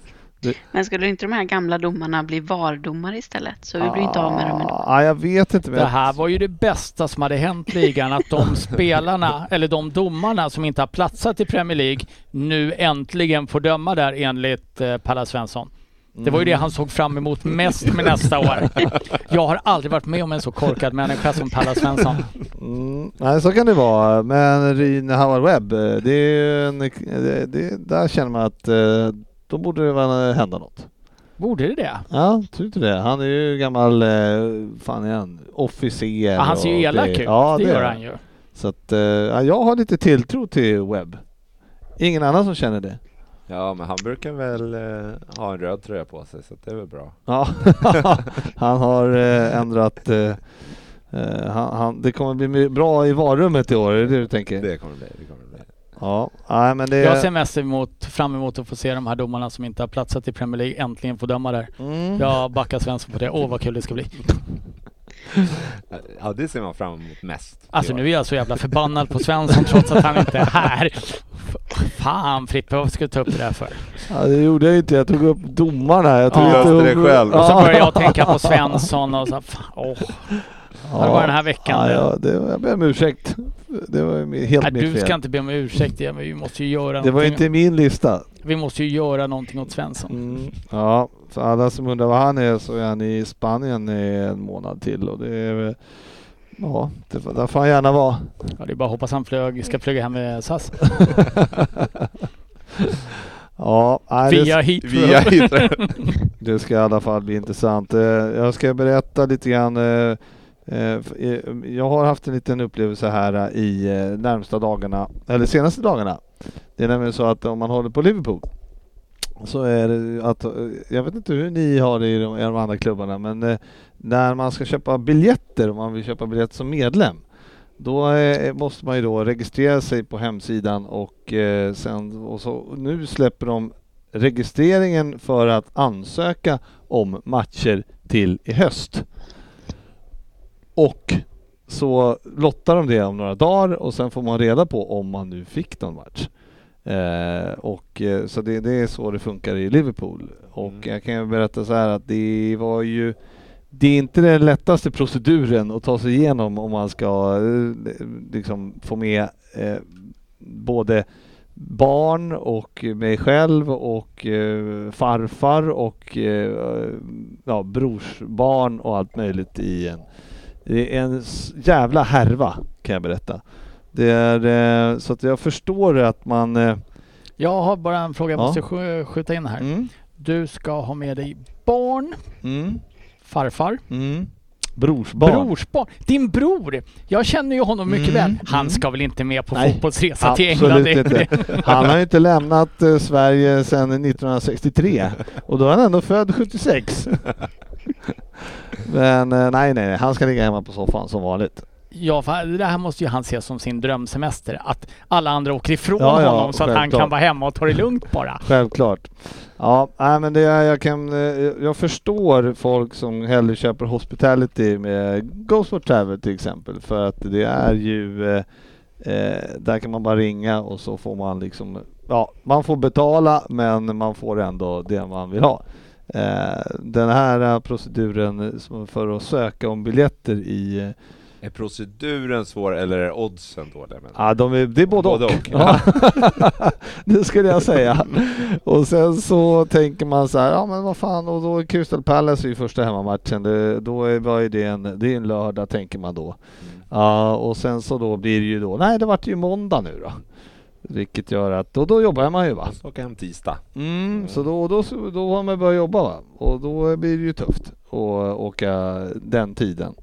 Men skulle inte de här gamla domarna bli VAR-domare istället? Så vi blir inte av med dem ändå.
Ah, jag vet inte. Men
Det här var ju det bästa som hade hänt ligan, att de spelarna,
[LAUGHS]
eller de domarna som inte har platsat i Premier League, nu äntligen får döma där enligt eh, Palla Svensson. Det var ju det
Mm.
han såg fram emot mest med
[LAUGHS]
nästa år. Jag har aldrig varit med om en så korkad människa som Palla Svensson.
Mm, nej, så kan det vara. Men Ryn Howard Webb, eh, det är ju en, det, det, där känner man att eh, då borde det väl hända något.
Borde det det?
Ja, tror du det? Han är ju gammal, eh, fan är han, officer.
Ja, han ser
och
ju elak ut,
ja,
det gör
är
han ju.
Så att, eh, ja, jag har lite tilltro till Webb. Ingen annan som känner det.
Ja, men han brukar väl eh, ha en röd tröja på sig, så att det är väl bra.
Ja, [LAUGHS] han har eh, ändrat. Eh, eh, han, han, det kommer bli my- bra i varummet i år, är det det du tänker?
Det kommer det bli. Det kommer det bli.
Ja, nej, men det...
Jag ser mest emot, fram emot att få se de här domarna som inte har platsat i Premier League äntligen få döma där.
Mm.
Jag backar Svensson på det. Åh vad kul det ska bli.
Eh, Ja, det ser man fram emot mest. i
Alltså
år.
nu är jag så jävla förbannad på Svensson trots att han inte är här. F- Fan Frippe, varför ska du ta upp det där för?
Ja, det gjorde jag inte. Jag tog upp domarna. Jag tog
Ja.
inte
Du löste
upp...
det själv.
Och så börjar jag tänka på Svensson och så fan, åh.
Ja.
Det var den här veckan.
Ja, ja, det var, jag ber om ursäkt. Det var ju mi- helt
Nej,
mitt
du ska
fel.
inte be om ursäkt igen, men vi måste ju göra
Det var ju
någonting.
inte min lista.
Vi måste ju göra någonting åt Svensson.
Mm. Ja, för alla som undrar vad han är så är han i Spanien i en månad till och det är... Ja, det, får- där får han gärna vara.
Ja, det är bara att hoppas han flög, ska flyga hem med SAS.
[LAUGHS] ja, nej, det,
Via hit.
Via Israel.
det ska i alla fall bli intressant. Eh, Jag ska berätta lite grann. eh, eh, f- eh, Jag har haft en liten upplevelse här eh, i eh, närmsta dagarna, eller senaste dagarna. Det är nämligen så att om man håller på Liverpool så är det ju att, eh, jag vet inte hur ni har det i de, i de andra klubbarna, men eh, när man ska köpa biljetter, om man vill köpa biljett som medlem, då eh, måste man ju då registrera sig på hemsidan och, eh, sen, och så, nu släpper de registreringen för att ansöka om matcher till i höst. Och så lottar de det om några dagar och sen får man reda på om man nu fick någon match. Eh, och, eh, så det, det är så det funkar i Liverpool. Och
Mm.
jag kan ju berätta så här att det var ju det är inte den lättaste proceduren att ta sig igenom om man ska eh, liksom få med eh, både barn och mig själv och eh, farfar och eh, ja, brorsbarn och allt möjligt i en. Det är en s- jävla härva kan jag berätta. Det är, eh, så att jag förstår att man... Eh,
Jag har bara en fråga jag
Ja.
måste skj- skjuta in här.
mm,
Du ska ha med dig barn,
mm,
farfar,
mm, brorsbarn.
Brorsbarn. Din bror! Jag känner ju honom mycket
Mm,
väl. Han
mm.
ska väl inte med på
Nej,
fotbollsresa Alltså, till England?
Absolut
Det-
inte. Han har ju inte lämnat eh, Sverige sedan 1963 och då är han ändå född
[LAUGHS]
76. Men eh, nej, nej, nej, han ska ligga hemma på soffan som vanligt.
[LAUGHS] Ja, för det här måste ju han se som sin drömsemester. Att alla andra åker ifrån
Ja, ja,
honom så att han
självklart.
kan vara hemma och ta det lugnt bara.
Självklart. Ja, nej, men det, är- jag, kan, eh, jag förstår folk som hellre köper hospitality med Ghost for Travel till exempel för att det är ju eh, eh, där kan man bara ringa och så får man liksom ja, man får betala men man får ändå det man vill ha. Eh, den här eh, proceduren som- för att söka om biljetter i eh,
[LAUGHS] Är proceduren svår eller är oddsen dåliga? Men...
Ja, de är, det är både,
Både
och.
och. [LAUGHS]
Ja. [LAUGHS] det skulle jag säga. Och sen så tänker man så här, ja men vad fan, och då är Crystal Palace är ju första hemmamatchen, det, då är, vad är det, en, det är en lördag tänker man då. Ja, och sen så då blir det ju då, nej det vart ju måndag nu då. Vilket gör att, och då jobbar man ju va.
Måste åka hem tisdag.
Mm, så då, då, då har man börjat jobba va? och då blir det ju tufft att åka den tiden.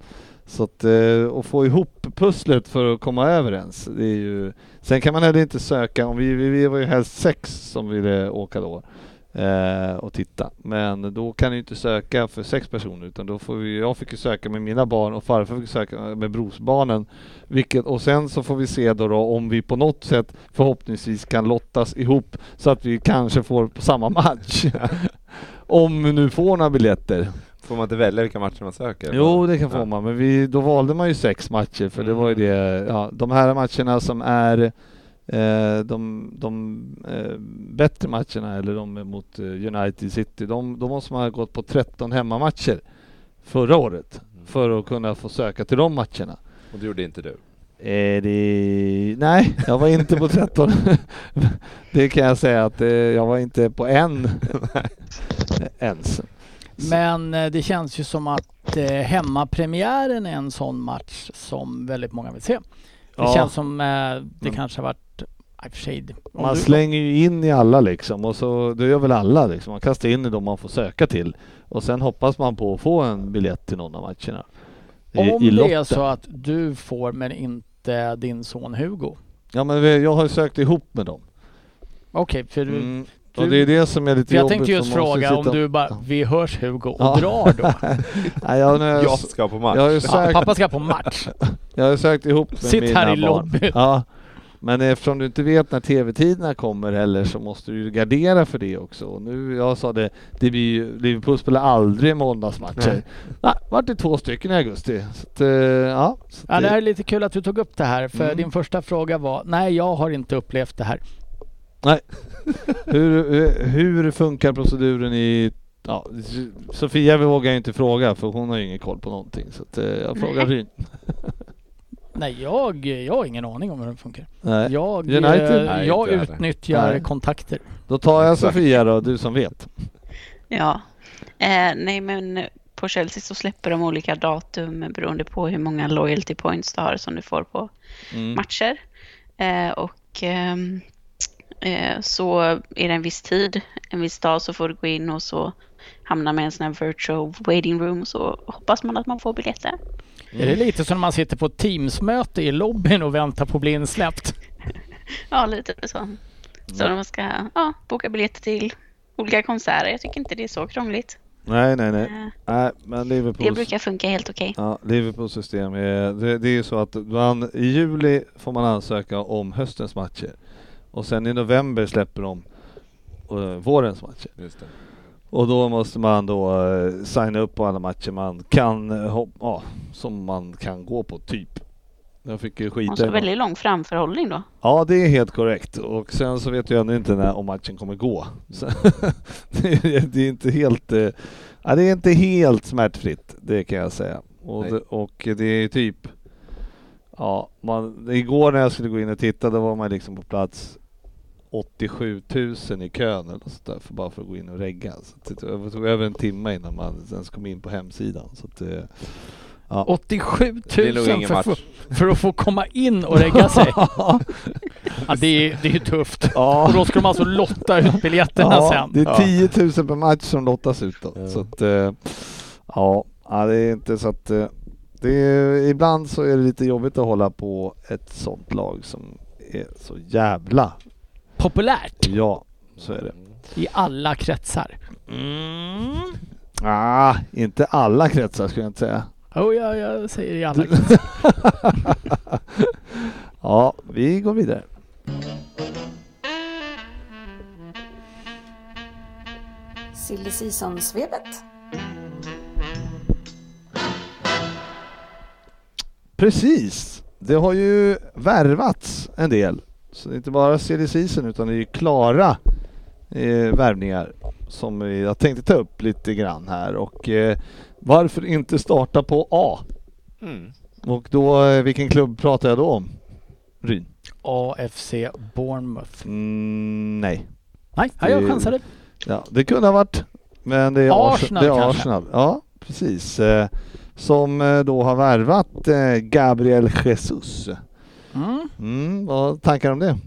Så att, eh, att få ihop pusslet för att komma överens, det är ju... Sen kan man heller inte söka, om vi, vi, vi var ju helst sex som ville åka då eh, och titta. Men då kan du inte söka för sex personer utan då får vi, jag fick ju söka med mina barn och farfar fick söka med brorsbarnen. Vilket, och sen så får vi se då, då om vi på något sätt förhoppningsvis kan lottas ihop så att vi kanske får på samma [LAUGHS] match. om vi nu får några biljetter.
Får man inte välja vilka matcher man söker?
Jo, det kan få
Ja.
man, Mm. men vi, då valde man ju sex matcher för det var ju det. Ja, de här matcherna som är Eh, de de eh, bättre matcherna, eller de mot eh, United City, de, de måste man ha gått på 13 hemmamatcher förra året för att kunna få söka till de matcherna.
Och det gjorde inte du.
Eh, det... Nej, jag var inte på 13. det kan jag säga att eh, jag var inte på en [LAUGHS] ens.
Men eh, det känns ju som att eh, hemmapremiären är en sån match som väldigt många vill se. Det
Ja.
känns som eh, det
Men-
kanske har varit... ah, I och för sig, om
Man
du-
slänger ju in i alla liksom och så det gör väl alla liksom. Man kastar in i de man får söka till och sen hoppas man på att få en biljett till någon av matcherna. I,
Om
i
det är
lotten.
så att du får men inte din son Hugo.
Ja men vi- jag har ju sökt ihop med dem.
Okej, för, du,
Mm. Och det är det som är lite
för jag
jobbigt.
tänkte just
för man måste
fråga om
sitta-
du bara, vi hörs Hugo och
Ja.
drar
[LAUGHS]
då.
Nej, jag, har-
Jag ska på match.
jag har ju
Ja,
sökt,
pappa ska på match.
jag har ju sökt ihop med
Sitt
mina
här
barn.
i lobbyn.
Ja. Men eftersom du inte vet när tv-tiderna kommer heller så måste du ju gardera för det också. Och nu, jag sa det, det blir ju, Liverpool spelar aldrig måndagsmatcher. Nej,
Nej.
vart det två stycken i augusti. Så att, eh, ja, så
Ja,
att
det här
det,
är lite kul att du tog upp det här för
Mm.
din första fråga var nej jag har inte upplevt det här.
hur, hur- hur funkar proceduren i... Ja, Sofia vågar jag inte fråga för hon har ju ingen koll på någonting. Så att, eh, jag frågar Ryn.
Nej jag, jag har ingen aning om hur den funkar.
Nej.
Jag, eh,
United?
Nej,
jag
inte heller.
utnyttjar
Nej.
kontakter.
Då tar jag
Exakt.
Sofia då, du som vet.
Ja. Eh, nej, men på Chelsea så släpper de olika datum beroende på hur många loyalty points du har som du får på
Mm.
matcher. Eh, och ehm, eh, så är det en viss tid, en viss dag så får du gå in och så hamnar man i en sån här virtual waiting room och så hoppas man att man får biljetter.
Mm.
Är det lite som när man sitter på ett Teamsmöte i lobbyn och väntar på att bli insläppt?
Ja, lite så. Så man ska ja, boka biljetter till olika konserter. Jag tycker inte det är så krångligt.
Nej, nej, nej.
Eh,
Nej, men
det
Liverpools
brukar funka helt okej.
Ja, Liverpools system är, det, det är ju så att man, i juli får man ansöka om höstens matcher och sen i november släpper de eh, vårens matcher.
Just det.
Och då måste man då eh, signa upp på alla matcher man kan, eh, hop- ja, som man kan gå på typ. Jag fick ju
Man ska
skita
ha
i någon-
väldigt lång framförhållning då.
Ja, det är helt korrekt. Och sen så vet jag ännu inte när om matchen kommer gå. [LAUGHS] Så det, är, det är inte helt... eh, Ja, det är inte helt smärtfritt, det kan jag säga. Och,
Nej.
det, och det är typ... Ja, man, igår när jag skulle gå in och titta, då var man liksom på plats 87 000 i kön eller sånt där, för bara för att gå in och regga. Så det tog, det tog över en timme innan man ens kom in på hemsidan. Så att, eh, ja.
87 000
Det är nog ingen
för,
match.
för att få komma in
[LAUGHS]
och lägga sig. ja, det, är, det är ju tufft.
[LAUGHS] Ja.
Och då ska de alltså lotta ut biljetterna
[LAUGHS]
sen.
Det
Ja.
är 10 000 per match som lottas ut då.
Ja.
Så att, eh, ja, ja, det är inte så att... eh, Det är, ibland så är det lite jobbigt att hålla på ett sånt lag som är så jävla...
Populärt
Ja, så är det.
i alla kretsar.
Mm.
Ah, inte alla kretsar skulle jag inte säga. [LAUGHS]
Oh, ja, jag säger i alla
Du-
kretsar.
Ja, vi går vidare.
Silly Season-svepet.
Precis. Det har ju värvats en del. Så det är inte bara silly season utan det är ju klara eh, värvningar som vi- jag tänkte ta upp lite grann här och eh, varför inte starta på A?
Mm.
Och då, eh, vilken klubb pratar jag då om? Ryn?
AFC Bournemouth.
Mm, nej.
Nej, ja, jag
Det-
chansade.
Ja, det kunde ha varit. Men det är
Arsenal
det är
kanske?
Arsenal. Ja, precis. Eh, som eh, då har värvat eh, Gabriel Jesus.
Mm.
Mm, vad har tankar om det?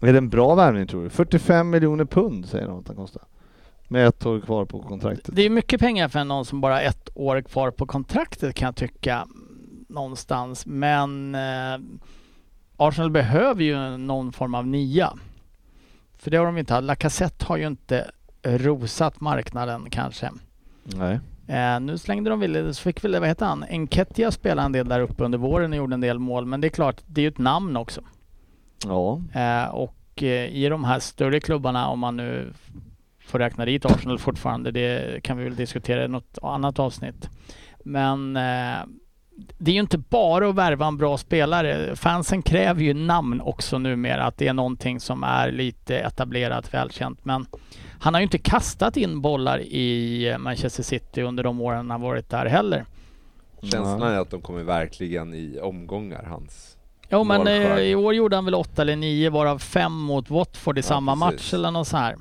Är det en bra värvning tror du? 45 miljoner pund säger de att den kostar. Med ett år kvar på kontraktet.
Det är mycket pengar för någon som bara har ett år kvar på kontraktet kan jag tycka. Någonstans. Men eh, Arsenal behöver ju någon form av nia. För det har de inte haft. Lacazette har ju inte rosat marknaden kanske.
Nej.
Eh, nu slängde de väl, så fick väl, vad heter han, Enketia spela en del där uppe under våren och gjorde en del mål. Men det är klart, det är ju ett namn också.
Ja.
Eh, och eh, i de här större klubbarna, om man nu f- får räkna dit Arsenal fortfarande, det kan vi väl diskutera i något annat avsnitt. Men eh, det är ju inte bara att värva en bra spelare. Fansen kräver ju namn också numera, att det är någonting som är lite etablerat, välkänt. Men han har ju inte kastat in bollar i eh, Manchester City under de åren han har varit där heller.
Känslan är att de kommer verkligen i omgångar, hans...
Jo men
Målskörd.
eh, i år gjorde han väl åtta eller nio varav fem mot Watford i
Ja,
samma
precis.
match eller något så här.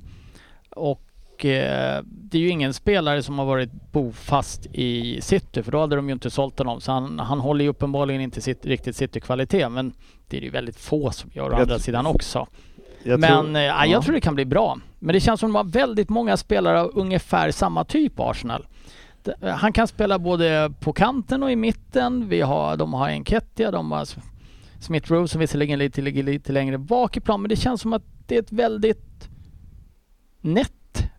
Och eh, det är ju ingen spelare som har varit bofast i city för då hade de ju inte sålt honom. Så han, han håller ju uppenbarligen inte sitt, riktigt city-kvalitet men det är ju väldigt få som gör å
Jag
andra
tr-
sidan också.
Jag
men
tror-
eh, ja. jag tror det kan bli bra. Men det känns som de har väldigt många spelare av ungefär samma typ Arsenal. D- eh, Han kan spela både på kanten och i mitten. Vi har, de har Enketia, de har S- Smith Rowe som visserligen lite, ligger lite längre bak i plan men det känns som att det är ett väldigt nätt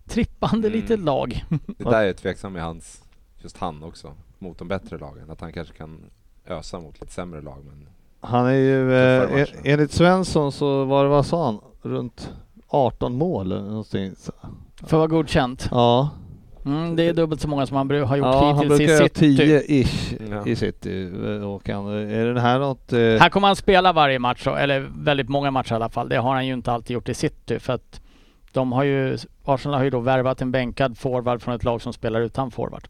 trippande
Mm.
litet lag.
Det där är jag tveksam med hans, just han också, mot de bättre lagen. Att han kanske kan ösa mot lite sämre lag men
Han är ju,
Tuffare
eh,
matcher.
enligt Svensson så var det, vad sa han, runt 18 mål eller någonting. Så-
För att vara godkänt.
Ja,
Mm, det är dubbelt så många som han bru- har gjort
ja han
hittills
brukar
i
göra
City. typ.
10-ish
Ja.
i city. eh, Och han, är den här något... eh,
Här kommer han spela varje match, då, eller väldigt många matcher i alla fall. Det har han ju inte alltid gjort i city för att de har ju, Arsenal har ju då värvat en bänkad forward från ett lag som spelar utan forward.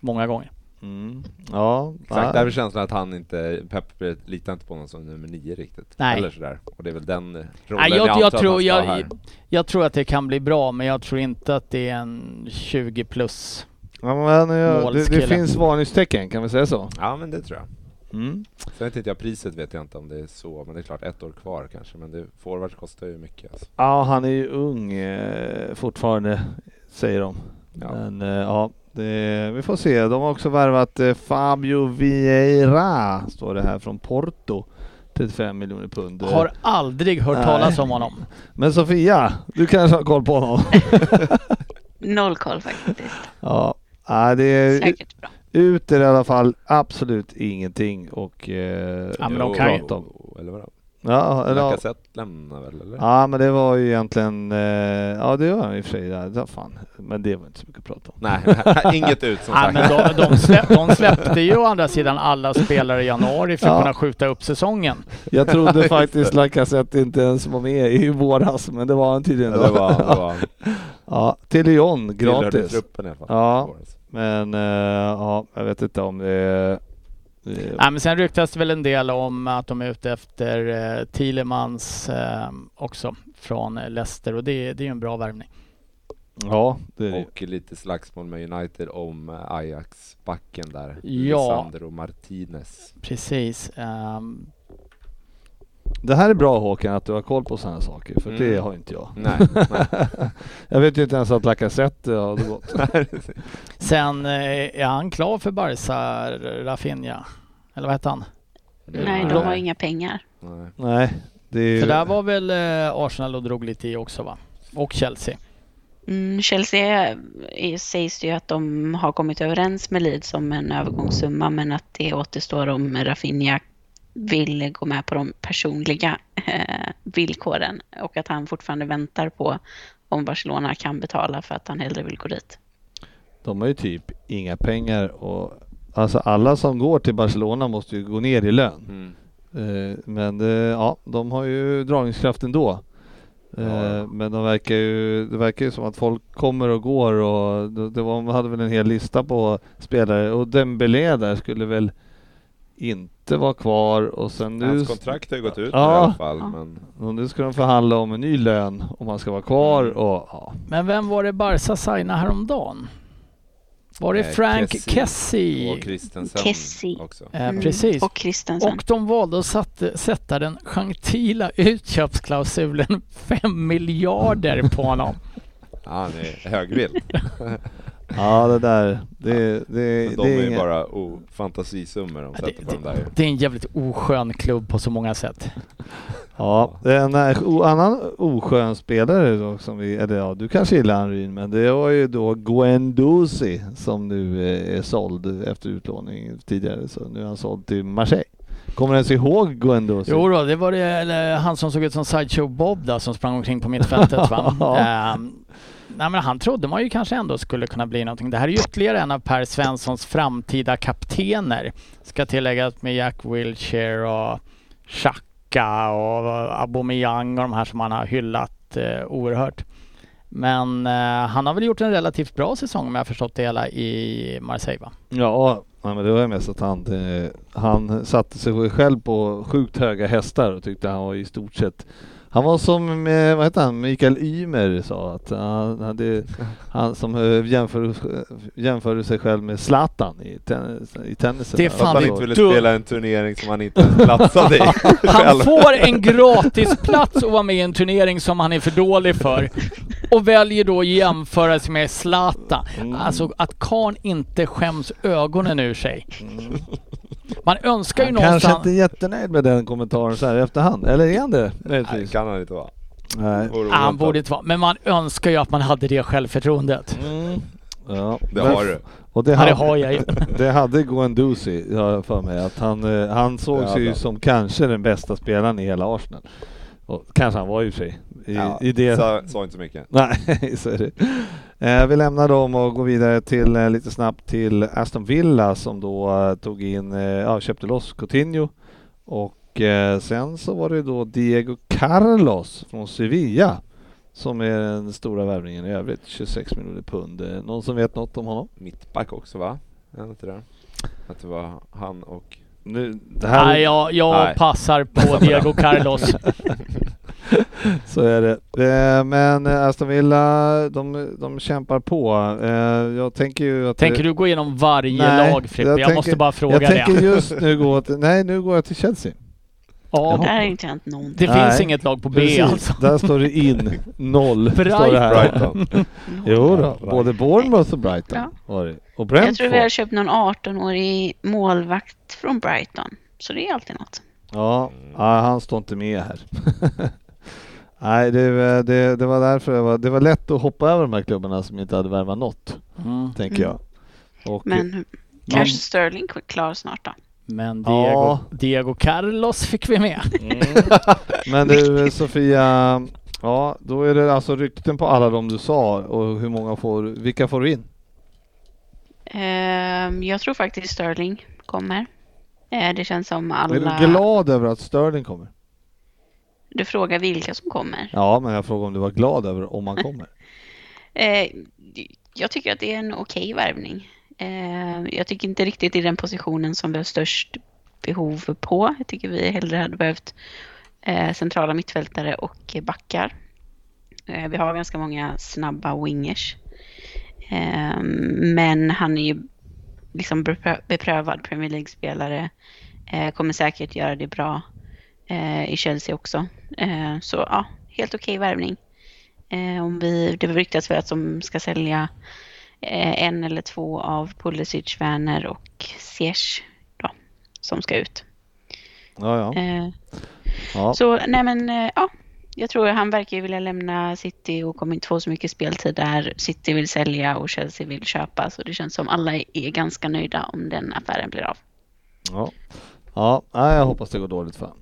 Många gånger.
Mm. Ja,
exakt,
nej.
därför känslan att han inte, Pep litar inte på någon som nummer nio riktigt.
Nej.
Eller sådär. Och det är väl den rollen
Nej, jag,
antar
jag,
att han
tror,
ska ha
jag,
här.
jag tror att det kan bli bra men jag tror inte att det är en 20 plus.
Ja, men, eh, det, det
Målskille.
finns varningstecken, kan vi säga så?
Ja men det tror jag.
Mm.
Sen vet inte jag, priset vet jag inte om det är så, men det är klart ett år kvar kanske. Men det, forwards kostar ju mycket. Alltså.
Ja, han är ju ung eh, fortfarande, säger de.
Ja.
Men eh, ja, det, vi får se. De har också värvat eh, Fabio Vieira, står det här, från Porto. 35 miljoner pund. Eh,
Har aldrig hört
Nej.
talas
[LAUGHS]
om honom.
Men Sofia, du kanske har koll på
[LAUGHS]
honom?
Noll koll faktiskt.
ja. Nej, det är
Säkert bra.
ut är i alla fall absolut ingenting och... Eh,
Ja, men
Jo,
de kan ju-
prata om.
Eller vadå?
Ja, eller, ja.
Lacazette lämnar väl eller?
ja, men det var ju egentligen... Eh, ja, det gör han i och för sig. Ja, det- fan. Men det var inte så mycket att prata om.
Nej, [LAUGHS] här- inget ut som
Ja,
sagt.
men de, de, släpp, de släppte ju å andra sidan alla spelare i januari för att
Ja.
kunna skjuta upp säsongen.
Jag
[LAUGHS]
trodde faktiskt Lacazette inte ens var med i våras, men det var han tydligen.
[LAUGHS] Ja, det var, det var
Ja, [LAUGHS] till Lyon,
tillhörde
gratis.
truppen i alla fall.
Ja. Men eh, ja, jag vet inte om det är... det-
Ah.
Nej, men sen ryktas det väl en del om att de är ute efter eh, Thielemans eh, också från eh, Leicester och det, det är ju en bra värvning.
Ja, det är det.
Och lite slagsmål med United om eh, Ajax-backen där.
Ja. [LAUGHS]
Lisandro Martinez.
Precis. Ehm,
Det här är bra Håkan, att du har koll på sådana saker, för det
Mm.
har inte jag.
Nej, nej.
Jag vet ju inte ens att Lacazette har det
[LAUGHS]
gått.
sen eh, är han klar för Barca, R- Rafinha? Eller vad hette han?
eh,
Nej, de har inga pengar.
Nej.
Nej, det är
För
ju...
där var väl eh, Arsenal och drog lite i också va? Och Chelsea.
Mm, Chelsea är, sägs det ju att de har kommit överens med Leeds om en övergångssumma men att det återstår om Rafinha vill gå med på de personliga eh, villkoren och att han fortfarande väntar på om Barcelona kan betala för att han hellre vill gå dit.
De har ju typ inga pengar och... Alltså alla som går till Barcelona måste ju gå ner i lön.
Mm.
Eh, Men eh, ja, de har ju dragningskraft ändå. Eh,
Ja, ja.
Men de verkar ju, det verkar ju som att folk kommer och går och det, det var, de hade väl en hel lista på spelare och Dembélé där skulle väl inte vara kvar och sen nu,
Hans kontrakt har ju gått ut
Ja.
nu i alla fall.
Ja.
Men
och nu ska de förhandla om en ny lön om han ska vara kvar och ja.
Men vem var det Barca signade häromdagen? Var det
Eh,
Frank
Kessie.
Kessie?
och Christensen
Kessie.
också.
Eh,
Mm,
precis.
Och Christensen.
Och de valde att satte, sätta den gentila utköpsklausulen 5 miljarder på honom.
Ja, han är högvild.
ja det där, det, det,
Men
det,
de är
är
ju
inga,
bara oh, fantasisummor de
Ja,
[LAUGHS] sätter på den där.
Det är en jävligt oskön klubb på så många sätt.
ja, en eh, o- annan oskön spelare då som vi, eller ja du kanske gillar han Ryn, men det var ju då Guendouzi som nu eh, är såld efter utlåning tidigare så nu är han såld till Marseille. Kommer du ens ihåg Guendouzi?
Jo då, det var det, eller han som såg ut som Sideshow Bob där som sprang omkring på mittfältet va? Ehm, nej, men han trodde man ju kanske ändå skulle kunna bli någonting. Det här är ju ytterligare en av Per Svenssons framtida kaptener. Ska tilläggas med Jack Wilshere och Xhaka och Aubameyang och de här som han har hyllat eh, oerhört. Men eh, han har väl gjort en relativt bra säsong om jag har förstått det hela i Marseille va?
Ja, nej, men det var ju mest att han, eh, han satte sig själv på sjukt höga hästar och tyckte han var i stort sett han var som, eh, vad heter han, Mikael Ymer sa att han hade, han som eh, jämför, jämförde sig själv med Zlatan i, tennis, i tennisen.
Det är fan
Att han
det-
inte ville
du-
spela en turnering som han inte ens
[LAUGHS]
platsade i
Han
själv.
får en gratis plats att vara med i en turnering som han är för dålig för och väljer då att jämföra sig med Zlatan.
Mm.
Alltså att Karn inte skäms ögonen ur sig. Man önskar ju
Han kanske
någonstans...
inte är jättenöjd med den kommentaren så här i efterhand, eller är han det?
Nej,
möjligtvis?
kan han inte vara.
Nej.
Vore
Ah, han
oväntat.
borde inte vara, men man önskar ju att man hade det självförtroendet.
Mm. Ja.
Det
Men-
har du.
Och det,
Ja, det har jag ju.
[LAUGHS] Det hade Guendouzi, har jag för mig, att han, eh, han
Det
sågs
hade
ju
han.
som kanske den bästa spelaren i hela Arsenal. Och kanske han var i och för sig. I,
Ja,
i det...
sa, sa inte så mycket.
[LAUGHS] Nej, så är det. Eh, vi lämnar dem och går vidare till eh, lite snabbt till Aston Villa som då eh, tog in, eh, ja, köpte loss Coutinho och eh, sen så var det då Diego Carlos från Sevilla som är den stora värvningen i övrigt, 26 miljoner pund. Eh, Någon som vet något om honom?
Mittback också va? Är det inte det? Att det var han och...
Nu, det här,
Nej, jag, jag
Nej.
[LAUGHS]
passar på Diego Carlos.
Så är det. Eh, Men eh, Aston Villa, de, de kämpar på. Eh, Jag tänker ju att...
Tänker du gå igenom varje
Nej,
lag Frippe?
jag
Jag,
tänker-
måste bara fråga
jag
det.
tänker just nu gå till... Nej, nu går jag till Chelsea.
Ja,
Där har inte hänt någonting.
det finns
Nej.
inget lag på B
Precis.
alltså.
Där står det in. Noll. står det här.
[LAUGHS] Brighton.
Jo då,
Brighton.
både Bournemouth och Brighton
Ja.
var det. Och
Jag tror vi har
Brentford.
köpt någon 18-årig målvakt från Brighton. Så det är alltid något.
Ja, ja, han står inte med här. [LAUGHS] Nej, det, var- det, det var därför jag var, det var lätt att hoppa över de här klubbarna som inte hade värvat något,
Mm.
tänker jag. Och,
Men kanske Sterling är klar snart då.
Men Diego,
Ja.
Diego Carlos fick vi med.
Men du Sofia, ja då är det alltså rykten på alla de du sa och hur många får, vilka får du in?
Ehm, Jag tror faktiskt Sterling kommer. Eh, Det känns som
Är du
alla...
glad över att Sterling kommer?
Du frågar vilka som kommer.
Ja men jag frågar om du var glad över om han kommer?
Eh, Jag tycker att det är en okej värvning. Eh, Jag tycker inte riktigt i den positionen som vi har störst behov på. Jag tycker vi hellre hade behövt eh, centrala mittfältare och backar. Eh, Vi har ganska många snabba wingers. Eh, Men han är ju liksom beprö- beprövad Premier League-spelare. Eh, Kommer säkert göra det bra eh, i Chelsea också. Eh, Så ja, helt okej värvning. Eh, om vi, det ryktas väl att de ska sälja eh, en eller två av Pulisic, Werner och Ziyech då, som ska ut.
Ja ja.
Eh,
ja.
Så nej men eh, ja, jag tror han verkar ju vilja lämna City och kommer inte få så mycket speltid där. City vill sälja och Chelsea vill köpa så det känns som alla är ganska nöjda om den affären blir av.
Ja, ja nej, jag hoppas det går dåligt för honom.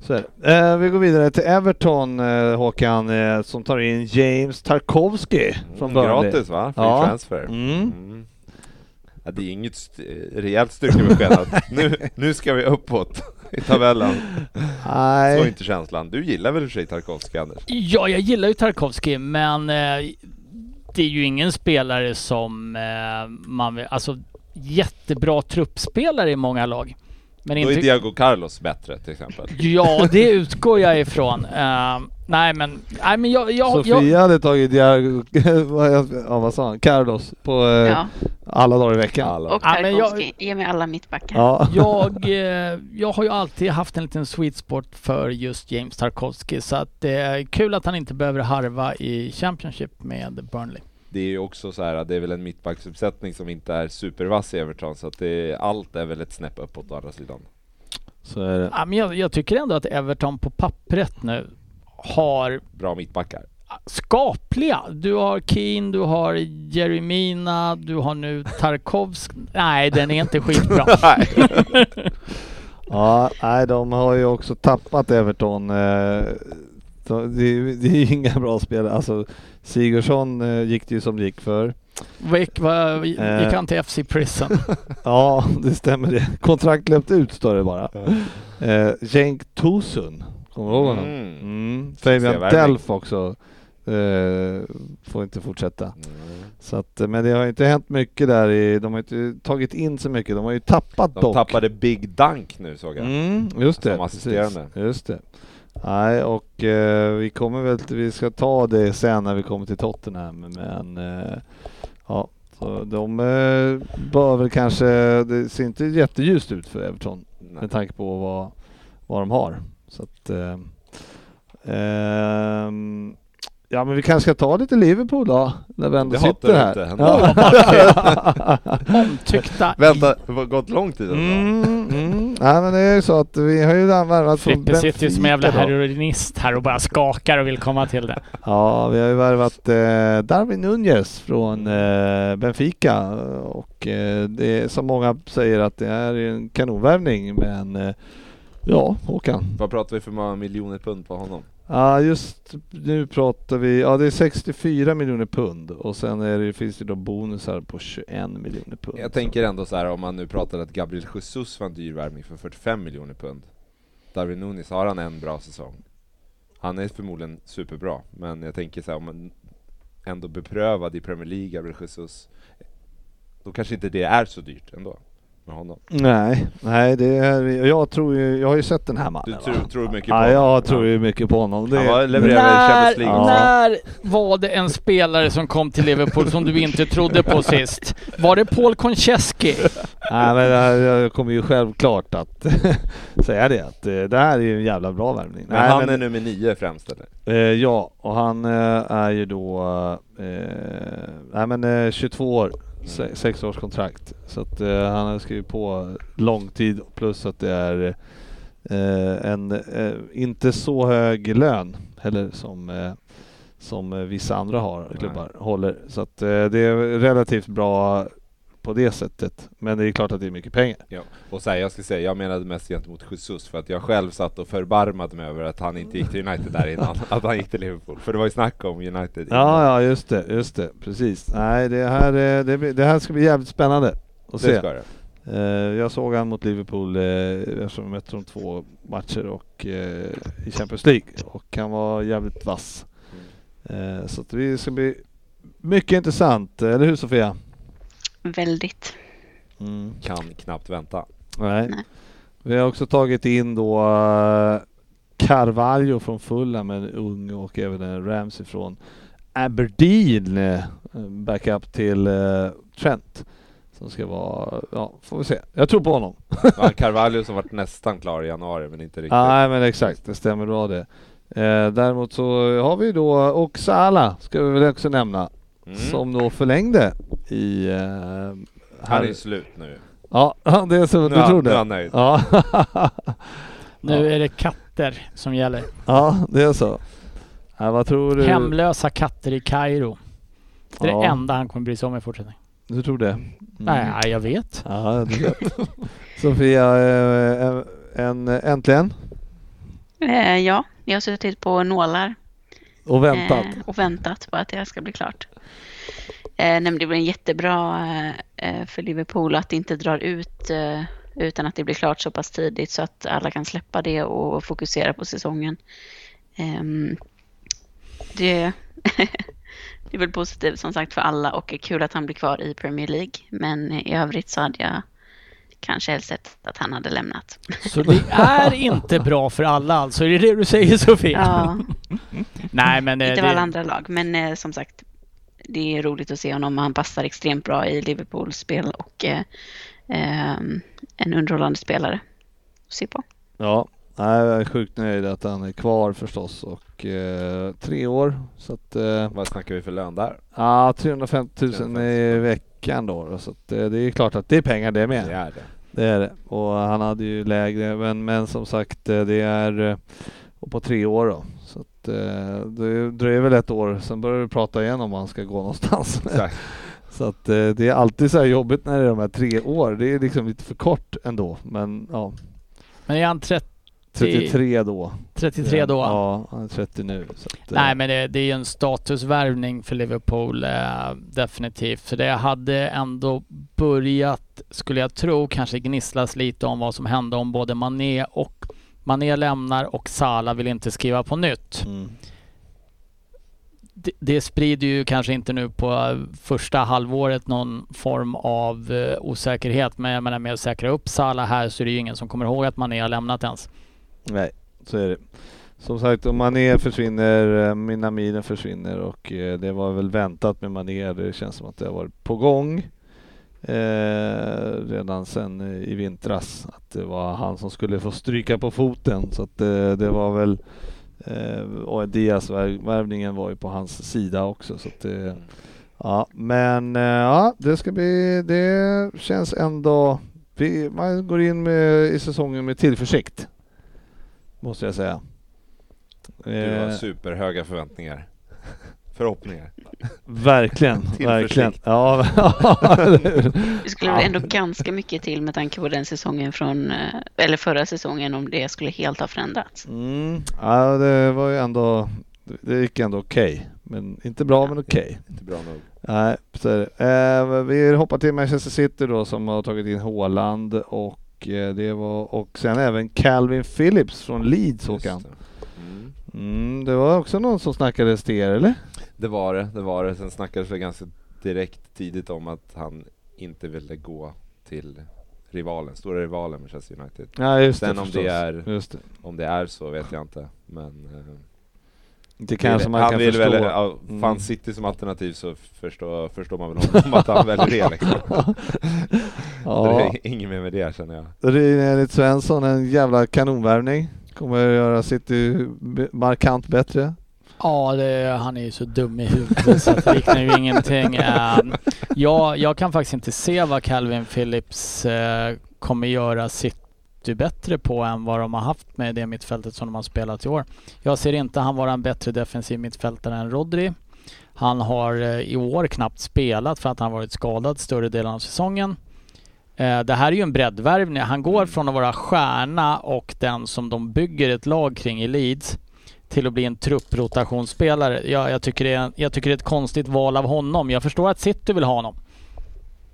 Så är det. Eh, vi går vidare till Everton eh, Håkan eh, som tar in James Tarkovsky från Burnley.
Mm, Gratis va? Free
Ja.
transfer.
Mm.
Mm. Ja, det är inget st- rejält
[LAUGHS]
styrkebesked att nu, nu ska vi uppåt i tabellen. Så är
Nej,
inte känslan. Du gillar väl i och för sig Tarkovskij Anders?
Ja, jag gillar ju Tarkovsky, men eh, det är ju ingen spelare som eh, man vill... Alltså, jättebra truppspelare i många lag. Men
Då är
inte...
Diego Carlos bättre till exempel.
Ja, det utgår jag ifrån. Eh, nej, men... Nej, men jag... jag,
Sofia
jag
hade tagit Diago, [LAUGHS] vad jag- ja, vad sa han, Carlos på eh,
Ja,
alla dagar i veckan.
Alla.
och
Ja, men jag-
Tarkovsky, ge mig alla mittbackar.
Ja.
jag, eh, jag har ju alltid haft en liten sweet spot för just James Tarkovsky så att det är kul att han inte behöver harva i Championship med Burnley.
Det är ju också så här att det är väl en mittbacksuppsättning som inte är supervass i Everton så att det, allt är väl ett snäpp uppåt å andra sidan.
Så är det.
Ja, men jag, jag tycker ändå att Everton på pappret nu har
Bra mittbackar.
skapliga. Du har Keane, du har Jeremina, du har nu Tarkovsk. Nej, den är inte skitbra.
[LAUGHS] Ja, nej, de har ju också tappat Everton. eh, de- Det är ju det är ju inga bra spelare. Alltså, Sigurdsson eh, gick det ju som det gick
[LAUGHS]
för.
Gick, va, gick
Eh.
han till FC Prison?
Ja, det stämmer det. Kontrakt löpte ut står det bara. Eh, Cenk Tosun, kommer du ihåg honom?
Mm.
Mm. Fabian
Succévärvning.
Delf också. Eh, får inte fortsätta.
Mm.
Så att, eh, men det har ju inte hänt mycket där. I, de har inte tagit in så mycket. De har ju tappat
De
dock.
tappade Big Dunk nu såg jag.
Mm, just det.
Som assisterande.
precis. Just det. Nej, och eh, vi kommer väl till, vi ska ta det sen när vi kommer till Tottenham, men eh, ja, så de eh, bör väl kanske, det ser inte jätteljust ut för Everton
Nej.
med tanke på vad, vad de har. Så att, eh, ehm, ja men vi kanske ska ta lite Liverpool då, när vi ändå
Det hatar
sitter
du
här.
inte.
[LAUGHS] Ja.
Tyckta
Vänta, det har gått lång tid ändå.
Mm, mm. Nej men det är ju så att vi har ju värvat från
Frippe sitter ju som en jävla
Benfica då.
heroinist här och bara skakar och vill komma till det.
Ja, vi har ju värvat eh, Darwin Nunez från eh, Benfica och eh, det är som många säger att det är en kanonvärvning men eh, ja, Håkan.
Vad pratar vi för många miljoner pund på honom?
Ja, just nu pratar vi, ja det är 64 miljoner pund och sen är det, finns det då bonusar på 21 miljoner pund.
Jag tänker ändå så här om man nu pratar att Gabriel Jesus var en dyr värvning för 45 miljoner pund. Darwin Nunes, har han en bra säsong? Han är förmodligen superbra, men jag tänker så här om man ändå beprövad i Premier League, Gabriel Jesus, då kanske inte det är så dyrt ändå med honom.
Nej, nej det är, jag tror ju, jag har ju sett den här
Du
mannen.
tror, tror mycket på
Ja,
honom?
jag tror ju mycket på honom. Det,
Han var, levererade i
När,
Champions League.
Ja.
när var det en spelare som kom till Liverpool som du inte trodde på sist? Var det Paul Konchesky?
Nej men det här- jag kommer ju självklart att [LAUGHS] säga det att eh, det här är ju en jävla bra värvning.
Men
Nej,
han
men,
är nummer nio främst eller? Mm.
eh, ja, och han eh, är ju då eh, nej, men, eh, 22 år, se,
Mm.
sex års kontrakt. Så att, eh, han har skrivit på lång tid plus att det är eh, en eh, inte så hög lön heller som eh, som eh, vissa andra har klubbar håller. Så att eh, det är relativt bra på det sättet. Men det är klart att det är mycket pengar.
Ja. Och så här, jag ska säga, jag menade mest gentemot Jesus för att jag själv satt och förbarmade mig över att han inte gick till United
[LAUGHS]
där innan, att han gick till Liverpool. För det var ju snack om United.
Ja, ja, just det, just det, precis. Nej, det här, eh, det, blir- det här ska bli jävligt spännande att
det
se.
ska det.
Eh, jag såg han mot Liverpool eh, eftersom vi mötte dem två matcher och eh, i Champions League och han var jävligt vass. Eh, så att det ska bli mycket intressant, eller hur Sofia?
Väldigt.
Mm.
Kan knappt vänta.
Nej.
Nej.
Vi har också tagit in då eh, Carvalho från Fulham, en ung och även en Ramsey från Aberdeen. eh, Backup till eh, Trent. Som ska vara, ja får vi se. Jag tror på honom.
Det var Carvalho som var nästan klar i januari men inte riktigt.
Ja, Nej men exakt, det stämmer bra det. Eh, däremot så har vi då Oksala, ska vi väl också nämna,
Mm.
som då förlängde i... Eh, här.
Han är ju slut nu.
Ja, [LAUGHS] det är som
Nu
du
är han- nu är
trodde.
han nöjd.
Ja. [LAUGHS]
Nu är det katter som gäller.
ja, det är så. Ja, vad tror du?
Hemlösa katter i Kairo. Det är det
Ja.
enda han kommer bry sig om i fortsättningen.
Du tror det? Mm.
Nej, jag vet.
Ja, det är det. [LAUGHS] Sofia, eh, eh, en, äntligen?
Eh, ja, jag har suttit på nålar
Och väntat.
Eh, och väntat på att det här ska bli klart. Eh, nej, men det blir en jättebra eh, för Liverpool att det inte drar ut eh, utan att det blir klart så pass tidigt så att alla kan släppa det och fokusera på säsongen. Ehm, det, [LAUGHS] det är väl positivt som sagt för alla och är kul att han blir kvar i Premier League. Men i övrigt så hade jag kanske helst sett att han hade lämnat.
Så det är inte bra för alla alltså. Är det det du säger Sofia?
Ja.
Nej men eh,
Inte av alla
det,
andra lag, men eh, som sagt, det är roligt att se honom. Han passar extremt bra i Liverpools spel och eh, ehm, en underhållande spelare att se på.
Ja, nej, jag är sjukt nöjd att han är kvar förstås och eh, tre år. Så att, eh,
Vad snackar vi för lön där?
ja, 350 000 i
350
veckan då. då. Så att, eh, det är klart att det är pengar det med.
Det är det.
Det är det. Och han hade ju lägre, men, men som sagt eh, det är eh, och på tre år då. Så att, eh, det dröjer väl ett år, sen börjar vi prata igen om han ska gå [LAUGHS] någonstans.
Exakt.
så att eh, det är alltid så här jobbigt när det är de här tre år. Det är liksom lite för kort ändå. Men ja,
men är han 30
33 då.
33 då.
Ja, han är 30 nu. Så att, eh,
Nej men det, det är ju en statusvärvning för Liverpool eh, definitivt. För det hade ändå börjat, skulle jag tro, kanske gnisslas lite om vad som hände om både Mané och Mané lämnar och Salah vill inte skriva på nytt.
Mm.
Det, det sprider ju kanske inte nu på eh, första halvåret någon form av eh, osäkerhet. Men jag menar med att säkra upp Salah här så är det ju ingen som kommer ihåg att Mané har lämnat ens.
Nej, så är det. Som sagt, om Mané försvinner, eh, Minaminen försvinner och eh, det var väl väntat med Mané. Det känns som att det har varit på gång eh, redan sen eh, i vintras. Att det var han som skulle få stryka på foten. Så att eh, det var väl eh, och Diaz-värvningen var ju på hans sida också. Så att, eh, ja, men eh, ja, det ska bli, det känns ändå, vi, man går in med, i säsongen med tillförsikt. Måste jag säga.
Du har
Eh,
superhöga förväntningar. Förhoppningar. [LAUGHS]
verkligen,
Tillförsikt.
verkligen. Ja, [LAUGHS] eller hur?
Det skulle väl ändå ganska mycket till med tanke på den säsongen från, eh, eller förra säsongen om det skulle helt ha förändrats.
mm, ja, det var ju ändå, det gick ändå okej. Men inte bra, men okej.
Inte bra nog.
Nej, så är det. Eh, vi hoppar till Manchester City då som har tagit in Haaland och eh, det var och sen även Calvin Phillips från Leeds
Just
Håkan.
det. Mm.
Mm, det var också någon som snackades till er eller?
Det var det, det var det. Sen snackades det ganska direkt tidigt om att han inte ville gå till rivalen, stora rivalen Manchester United.
Ja just
Sen om
förstås.
det, är,
Just det.
om det är så vet jag inte. Men, eh,
det kanske
vill-
man
han
kan
vill
förstå.
Väl, ja,
Mm.
fanns City som alternativ så förstår, förstår man väl honom att han väljer det. Liksom. Det
[LAUGHS] ja.
är inget mer med det känner jag.
Det är enligt Svensson en jävla kanonvärvning. Kommer göra City b- markant bättre.
Ja, det, han är ju så dum i huvudet så att det liknar ju ingenting. Ehm, jag, jag kan faktiskt inte se vad Calvin Phillips eh, kommer göra City bättre på än vad de har haft med det mittfältet som de har spelat i år. Jag ser inte han vara en bättre defensiv mittfältare än Rodri. Han har eh, i år knappt spelat för att han varit skadad större delen av säsongen. Eh, Det här är ju en breddvärvning. Han går från att vara stjärna och den som de bygger ett lag kring i Leeds till att bli en trupprotationsspelare. Jag, jag, tycker det är, jag tycker det är ett konstigt val av honom. Jag förstår att City vill ha honom.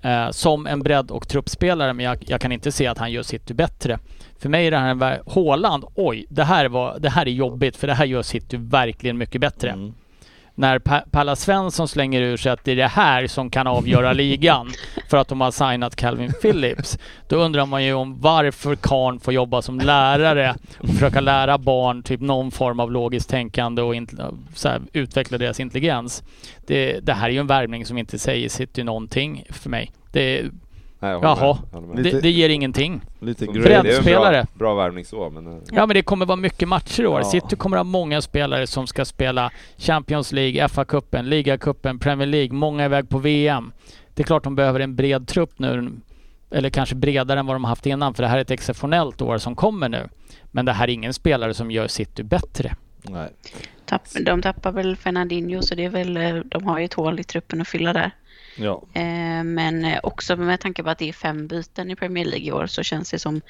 Eh, som en bredd och truppspelare, men jag, jag kan inte se att han gör City bättre. För mig är det här en... vär- Haaland, oj, det här, var, det här är jobbigt för det här gör City verkligen mycket bättre
Mm.
när pa- Palla Svensson slänger ur sig att det är det här som kan avgöra ligan för att de har signat Calvin Phillips. Då undrar man ju om varför Karn får jobba som lärare och försöka lära barn typ någon form av logiskt tänkande och inte- så här, utveckla deras intelligens. Det, det här är ju en värvning som inte säger City någonting för mig. Det,
Nej, jag håller
Jaha.
med. Jag håller med.
det, det ger ingenting.
Lite
Som-
grön.
det är en
breddspelare.
Bra, bra värvning så, men eh,
Ja men det kommer vara mycket matcher i år.
Ja.
City kommer ha många spelare som ska spela Champions League, FA-cupen, ligacupen, Premier League. Många är iväg på VM. Det är klart de behöver en bred trupp nu. Eller kanske bredare än vad de har haft innan för det här är ett exceptionellt år som kommer nu. Men det här är ingen spelare som gör City bättre.
Nej.
Tapp, de tappar väl Fernandinho så det är väl, eh, de har ju ett hål i truppen att fylla där.
Ja.
Eh, Men eh, också med tanke på att det är fem byten i Premier League i år så känns det som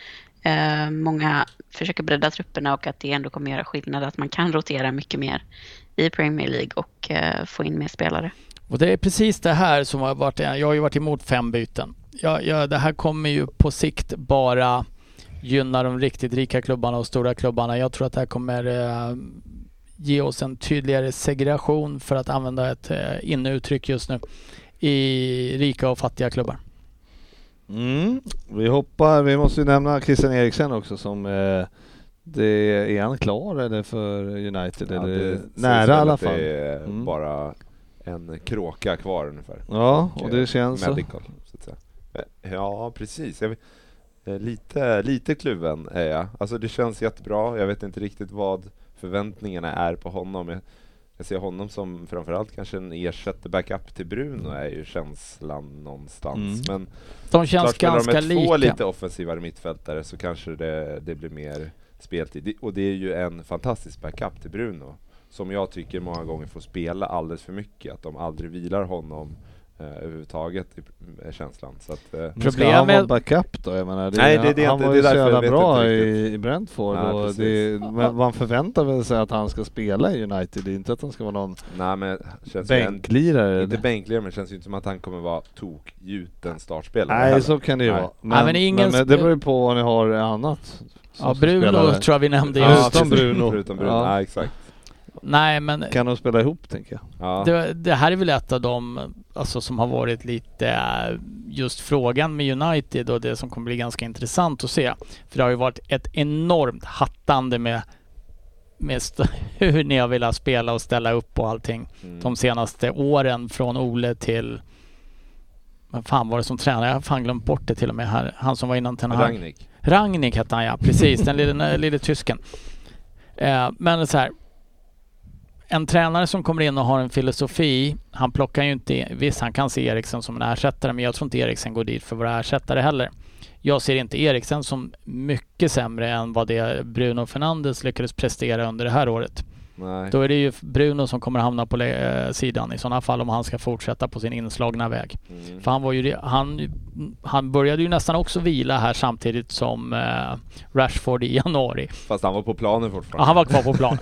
eh, många försöker bredda trupperna och att det ändå kommer göra skillnad att man kan rotera mycket mer i Premier League och eh, få in mer spelare.
Och det är precis det här som har varit, jag har ju varit emot fem byten. Jag, jag, det här kommer ju på sikt bara gynna de riktigt rika klubbarna och stora klubbarna. Jag tror att det här kommer eh, ge oss en tydligare segregation, för att använda ett eh, inneuttryck just nu, i rika och fattiga klubbar.
Mm. Vi hoppar, vi måste ju nämna Christian Eriksen också som eh, det, är han klar eller för United
ja,
eller
det syns
nära
väl
i
att
alla fall?
Det är
Mm.
bara en kråka kvar ungefär.
Ja, och
eh,
det känns så.
Medical, så att säga. Eh, Ja, precis. Jag vet, eh, lite, lite kluven är jag. Alltså det känns jättebra. Jag vet inte riktigt vad förväntningarna är på honom. Jag, jag ser honom som framförallt kanske en ersätter backup till Bruno är ju känslan
Mm.
någonstans. Men
De känns
Klart spelar
ganska
de med två
lika.
lite offensivare mittfältare så kanske det, det blir mer speltid. Det- Och det är ju en fantastisk backup till Bruno. Som jag tycker många gånger får spela alldeles för mycket. Att de aldrig vilar honom. Eh, eh, överhuvudtaget, i pr- är känslan. Så att, eh,
Men Ska han
Problemet-
vara backup då? Jag menar, det,
Nej, det är det
han
inte.
var
Det
ju
är
så
därför
jävla
jag vet
bra
inte
i, i Brentford.
Nej,
och
precis.
det, men man förväntar väl sig att han ska spela i United. Det är inte att han ska vara någon
nej men känns ju en-
bänklirare.
Inte bänklirare, men det känns ju inte som att han kommer vara tokgjuten startspelare. heller.
Nej, så kan det ju
Nej.
vara. Men,
men ingen
men,
sp-
det beror ju på vad ni har annat. som
Ja,
ska
Bruno
spela där.
tror jag vi nämnde
Ja,
just.
utom
precis.
Bruno.
Förutom Bruno,
Ja.
ja. exakt.
Nej, men
Kan de spela ihop tänker jag.
Ja.
det, det här är väl ett av de alltså, som har varit lite eh, just frågan med United och det som kommer bli ganska intressant att se. För det har ju varit ett enormt hattande med, med st- [LAUGHS] hur ni har velat spela och ställa upp och allting
Mm.
de senaste åren från Ole till vad fan var det som tränade? Jag har fan glömt bort det till och med här. Han som var innan Ten Hag.
Ragnik.
Rangnick hette han ja, precis. Den lille, den lille tysken. Eh, men så här. En tränare som kommer in och har en filosofi, han plockar ju inte in, Visst, han kan se Eriksen som en ersättare, men jag tror inte Eriksen går dit för att vara ersättare heller. Jag ser inte Eriksen som mycket sämre än vad det Bruno Fernandes lyckades prestera under det här året.
Nej.
Då är det ju Bruno som kommer hamna på le- eh, sidan i sådana fall om han ska fortsätta på sin inslagna väg.
Mm.
För han var ju det, han, han började ju nästan också vila här samtidigt som eh, Rashford i januari.
Fast han var på planen
Ja,
fortfarande.
han var kvar på planen.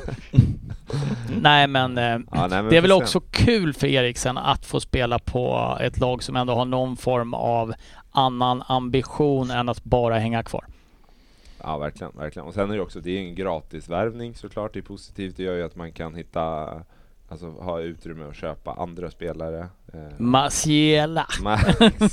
nej men, eh,
Ja, nej, men
det är väl
får se.
också kul för Eriksen att få spela på ett lag som ändå har någon form av annan ambition än att bara hänga kvar.
Ja, verkligen, verkligen. Och sen är det också, det är ju en gratisvärvning såklart. Det är positivt. Det gör ju att man kan hitta, alltså ha utrymme att köpa andra spelare. Eh,
Masiela, [LAUGHS]
Max.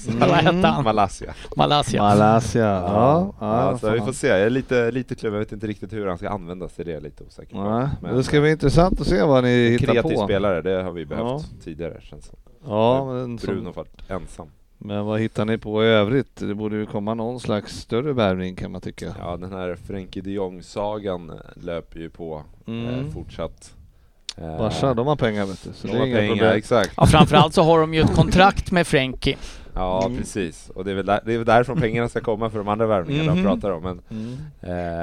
vad hette han?
Mm. Malaysia.
Malaysia.
Malaysia. Ja, ja,
så vi
fan.
får se. Jag är lite, lite kluven. Jag vet inte riktigt hur han ska användas. Det är jag lite osäker på.
Nej, men det ska bli intressant att se vad ni hittar
kreativ
på.
spelare, det har vi behövt
Ja.
tidigare känns det som.
Ja, men, som-
Bruno varit ensam.
men vad hittar ni på i övrigt? Det borde ju komma någon slags större värvning kan man tycka.
Ja, den här Frenkie de Jong-sagan eh, löper ju på eh,
Mm.
fortsatt. Eh,
Barca, de har pengar vet du. Så
de
det är
har
inga
pengar,
problem.
exakt.
Ja, framförallt så har de ju ett kontrakt med Frenkie.
Ja,
Mm.
precis. Och det är, väl där, det är väl därifrån pengarna ska komma för de andra värvningarna
Mhm.
de pratar om. Men,
Mm.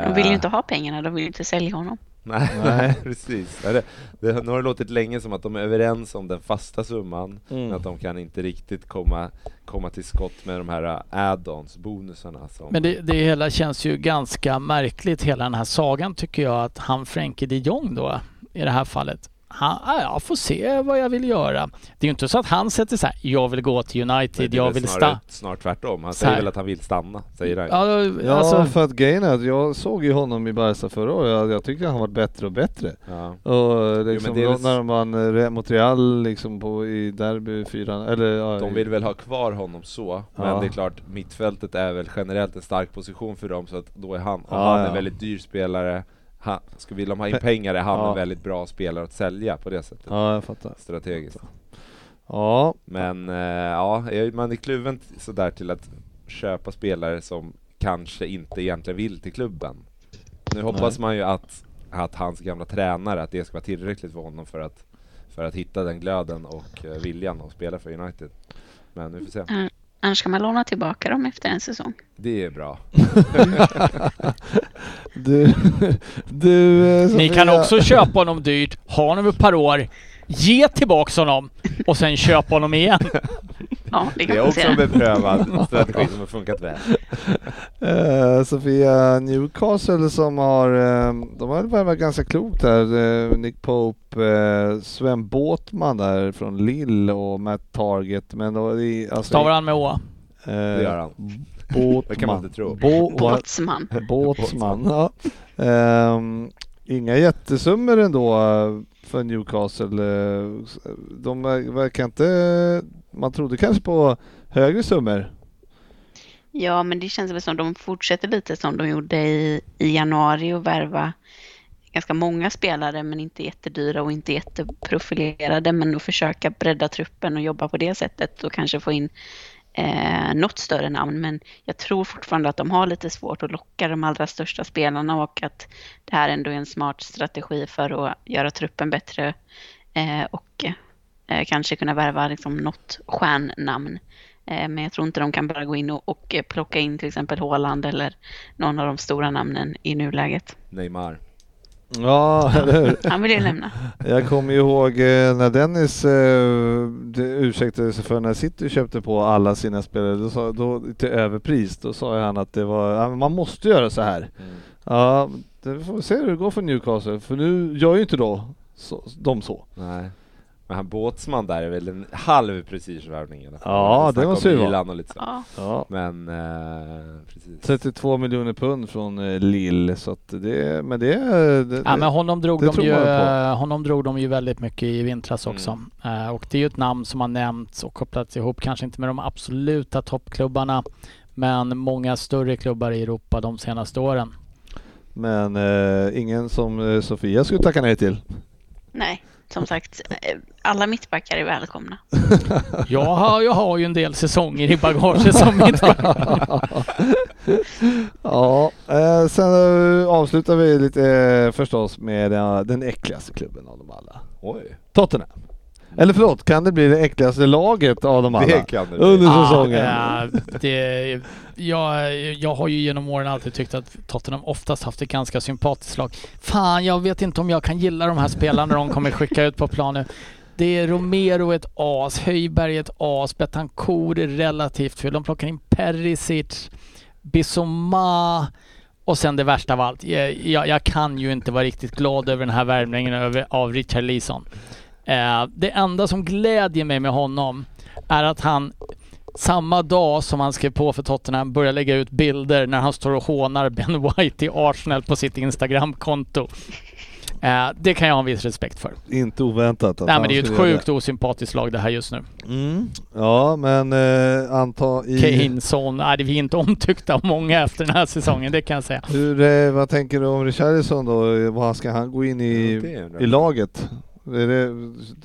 eh,
De vill ju inte ha pengarna, de vill ju inte sälja honom.
Nej, [LAUGHS]
Nej.
precis. Ja, Det, det, har- nu har det låtit länge som att de är överens om den fasta summan, men
Mm.
att de kan inte riktigt komma, komma till skott med de här eh, add-ons, bonusarna. Som,
Men det, det hela känns ju ganska märkligt hela den här sagan tycker jag att han Frenkie de Jong då i det här fallet. Han, ah, jag får se vad jag vill göra. Det är ju inte så att han sätter så här, jag vill gå till
Nej,
United,
det är
jag
väl
vill
snarare-
stanna.
Snarare tvärtom. Han
Så
säger
här.
väl att han vill stanna, säger han.
Ja,
Ja,
alltså,
för att grejen är att jag såg ju honom i Barca förra året. Jag, jag tyckte han var bättre och bättre.
Ja.
Och liksom,
det är
då,
väl-
när man eh, mot Real liksom på, i derby fyran, eller ja,
De
i-
vill väl ha kvar honom så, men
Ja.
det är klart mittfältet är väl generellt en stark position för dem så att då är han, och
Ja,
han är
ja.
en väldigt dyr spelare, han, ska, vill de ha in
Pe-
pengar är han
Ja.
en väldigt bra spelare att sälja på det sättet.
Ja, jag fattar.
Strategiskt.
Ja,
Men eh, ja, är- man är kluven t- sådär till att köpa spelare som kanske inte egentligen vill till klubben. Nu hoppas man ju att, att hans gamla tränare, att det ska vara tillräckligt för honom för att, för att hitta den glöden och eh, viljan att spela för United. Men vi får se.
Annars kan man låna tillbaka dem efter en säsong.
Det är bra.
[LAUGHS] du... du eh,
ni
Sofia.
kan också köpa honom dyrt, ha honom ett par år, ge tillbaks honom och sen köpa honom igen.
Ja,
Det
det kan
är
man
också en
säga.
beprövad strategi som har funkat väl.
Eh, Sofia Newcastle som har, eh, de har värvat ganska klokt där. Eh, Nick Pope, eh, Sven Båtman där från Lill och Matt Target. Men då är det, alltså,
Stavar han med Å.
eh,
Det gör han.
Båtman.
Det kan man inte tro.
Bo-
Båtsman.
Båtsman. Ja. Ehm, inga jättesummor ändå eh, för Newcastle. Eh, De ver- verkar inte... Man trodde kanske på högre summor.
Ja, men det känns väl som de fortsätter lite som de gjorde i, i januari och värva ganska många spelare men inte jättedyra och inte jätteprofilerade men att försöka bredda truppen och jobba på det sättet och kanske få in eh, något större namn men jag tror fortfarande att de har lite svårt att locka de allra största spelarna och att det här ändå är en smart strategi för att göra truppen bättre eh, och eh, kanske kunna värva liksom, något stjärnnamn. Eh, men jag tror inte de kan bara gå in och, och eh, plocka in till exempel Haaland eller någon av de stora namnen i nuläget.
Neymar.
Ja, eller hur?
Han vill ju lämna.
Jag kommer ju ihåg eh, när Dennis eh, det ursäktade sig för när City köpte på alla sina spelare då sa, då, till överpris. Då sa ju han att det var, ja, men man måste göra så här. Ja, det får vi se hur det går för Newcastle. För nu gör ju inte då så, de så.
Nej. Men han Båtsman där är väl en halv prestigevärvning i alla fall.
Ja,
Vi
det
snackar
måste
om
ju vara.
Milan och lite så.
Ja.
Ja.
Men eh, precis.
32 miljoner pund från eh, Lille så att det, men det, det, det
Ja, men honom, drog
det
de
tror
ju,
man på.
eh, honom drog de ju väldigt mycket i vintras också. Eh, och det är ju ett namn som har nämnts och kopplats ihop, kanske inte med de absoluta toppklubbarna, men många större klubbar i Europa de
[LAUGHS]
senaste åren.
men eh, ingen som eh, Sofia skulle tacka nej till. [LAUGHS]
Nej, som sagt, eh, alla mittbackar är välkomna.
Jag har, jag har ju en del säsonger i bagaget som mitt
[LAUGHS] Ja, eh, sen eh, avslutar vi lite eh, förstås med eh, den äckligaste klubben av dem alla.
Oj.
Tottenham. Eller förlåt, kan det bli det äckligaste laget av dem alla?
Det kan det bli.
Under säsongen.
Ah, ja, det, jag, jag har ju genom åren alltid tyckt att Tottenham oftast haft ett ganska sympatiskt lag. Fan, jag vet inte om jag kan gilla de här spelarna de kommer skicka ut på plan nu. Det är Romero ett as, Höjberg ett as, Betancourt är relativt fel. De plockar in Perisic, Bissoma och sen det värsta av allt. Jag, jag, jag kan ju inte vara riktigt glad över den här värvningen över- av Richard Leeson. Eh, det enda som glädjer mig med honom är att han samma dag som han skrev på för Tottenham börjar lägga ut bilder när han står och hånar Ben [LAUGHS] White i Arsenal på sitt Instagramkonto. Eh, det kan jag ha en viss respekt för.
Inte oväntat. att
Nej
han
men det är ju ett
skulle göra
sjukt osympatiskt lag det här just nu.
det. Mm. Ja, men eh, anta i...
Kane, Son, nej det är vi inte omtyckta av många efter den här säsongen, det kan jag säga.
Hur, eh, vad tänker du om Richarlison då? Vad ska han gå in
Ja,
i,
det undrar
i
jag.
laget? Är det,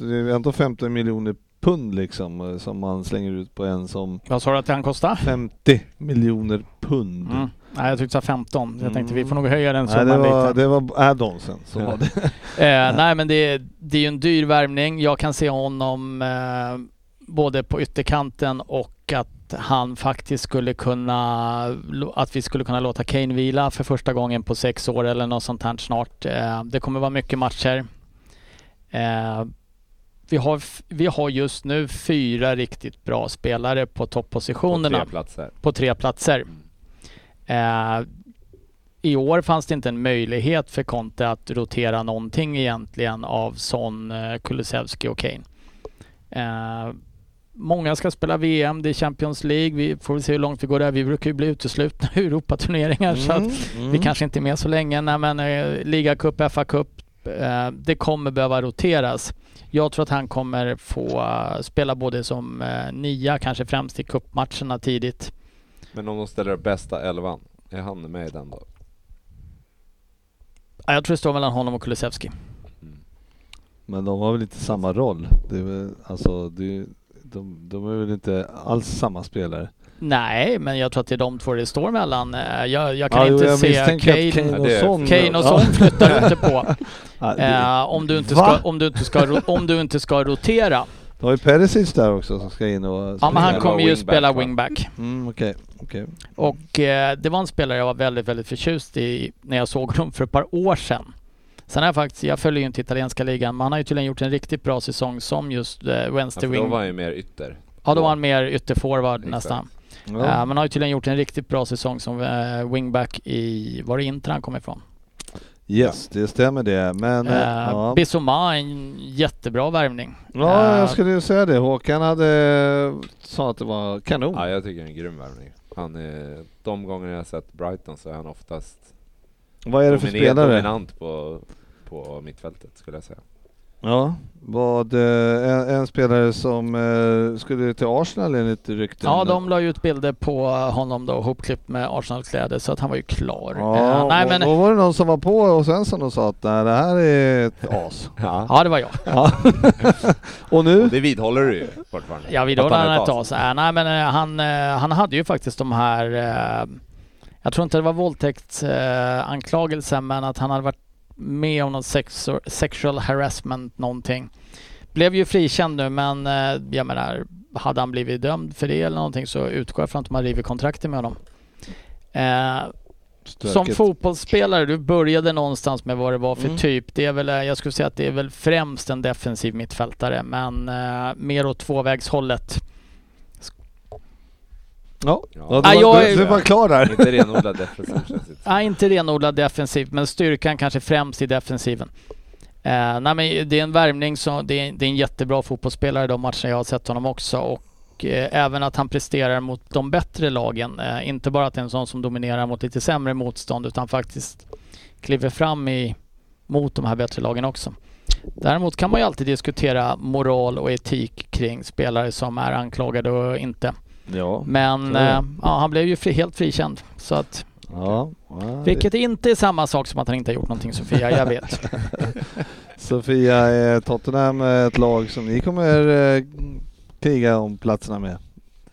det är ändå 15 miljoner pund liksom eh, som man slänger ut på en som
Vad sa du att han kostar?
50 miljoner pund.
Mm. Nej jag tyckte du sa 15. Jag tänkte
Mm.
vi får nog höja den
Nej,
summan
det, var,
lite.
det var add-onsen som [LAUGHS]
Ja.
var det.
Eh, nej men det, är- det är ju en dyr värvning. Jag kan se honom eh, både på ytterkanten och att han faktiskt skulle kunna, att vi skulle kunna låta Kane vila för första gången på sex år eller något sånt här snart. Eh, det kommer vara mycket matcher. Eh, vi, har, f- vi har just nu fyra riktigt bra spelare på
På
topppositionerna
tre platser.
på tre platser. Eh, I år fanns det inte en möjlighet för Conte att rotera någonting egentligen av Son, eh, Kulusevski och Kane. Eh, många ska spela VM, det är Champions League, vi får väl se hur långt vi går där. Vi brukar ju bli uteslutna ur [LAUGHS] Europaturneringar så
Mm,
att vi kanske inte är med så länge. Nej, men eh, ligacup, FA-cup, eh, det kommer behöva roteras. Jag tror att han kommer få eh, spela både som eh, nia, kanske främst i cupmatcherna tidigt.
Men om de ställer upp bästa elvan, är han med i den då?
Ja, jag tror det står mellan honom och Kulusevski.
Men de har väl inte samma roll? Det är väl, alltså, det är, de, de är väl inte alls samma spelare?
Nej, men jag tror att det är de två det står mellan. Eh, Jag, jag kan
Ja, jo,
inte se
misstänker
Kane,
att
Kane,
Ja, det är-
Son-
och
Ja.
Son flyttar inte [LAUGHS] på.
Ja, det-
Eh, om, du inte
Va?
ska, om, du inte ska, ro- om du inte ska rotera.
Du har ju Perisic där också som ska in och...
Ja, men han
vara
kommer ju
wingback,
spela
va?
wingback.
Mm, okej, okej.
Och eh, det var en spelare jag var väldigt, väldigt förtjust i när jag såg honom för ett par år sedan. Sen har jag faktiskt, jag följer ju inte italienska ligan, men han har ju tydligen gjort en riktigt bra säsong som just eh,
Ja,
Wednesday
för Alltså, då
Wing.
var han ju mer ytter.
Ja, då var han mer ytterforward
Exakt.
nästan.
Ja.
Eh, men har ju tydligen gjort en riktigt bra säsong som eh, wingback i, var det Inter han kom ifrån?
Yes, det stämmer det. Men... eh,
Eh,
ja.
Bissouma, en jättebra värvning.
ja,
eh,
jag skulle ju säga det. Håkan hade... Sa att det var kanon.
Ja, jag tycker det är en grym värvning. Han är, de gånger jag har sett Brighton så är han oftast
Vad är det för
domine-
spelare?
dominant på, på mittfältet skulle jag säga.
Ja, vad, eh, en, en spelare som eh, skulle till Arsenal enligt rykten.
Ja, de la ju ut bilder på honom då, hopklippt med Arsenalkläder, så att han var ju klar.
Ja,
Eh, nej,
och,
men,
då var det någon som var på och sen som de sa att nej, det här är ett as.
Ja.
ja, det var jag.
Ja. [LAUGHS] och nu?
Och det vidhåller du ju fortfarande.
Jag vidhåller
Att
han
är
ett as. Eh, nej, men eh, han, eh, han hade ju faktiskt de här, eh, jag tror inte det var våldtäktsanklagelsen, eh, men att han hade varit med om någon sexu- sexual harassment någonting. Blev ju frikänd nu, men eh, jag menar, hade han blivit dömd för det eller någonting så utgår jag från att de har rivit kontraktet med honom. Eh,
Stökigt.
Som fotbollsspelare, du började någonstans med vad det var för
Mm.
typ. Det är väl, eh, jag skulle säga att det är väl främst en defensiv mittfältare, men eh, mer åt tvåvägshållet.
Ja,
Ja.
ja du,
Ah,
var,
jag
du,
är-
du var klar där.
Inte renodlad defensiv känns det
Nej, inte renodlad defensiv, men styrkan kanske främst i defensiven. Eh, nej, men det är en värvning som, det är, det är en jättebra fotbollsspelare de matcherna jag har sett honom också och eh, även att han presterar mot de bättre lagen. Eh, inte bara att det är en sån som dominerar mot lite sämre motstånd utan faktiskt kliver fram i, mot de här bättre lagen också. Däremot kan man ju alltid diskutera moral och etik kring spelare som är anklagade och inte.
Ja.
Men
så är det.
eh, ja, han blev ju fri, helt frikänd så att
ja. ja det,
vilket inte är samma sak som att han inte har gjort någonting Sofia,
[LAUGHS]
jag vet.
Sofia, eh, Tottenham är ett lag som ni kommer eh, kriga om platserna med.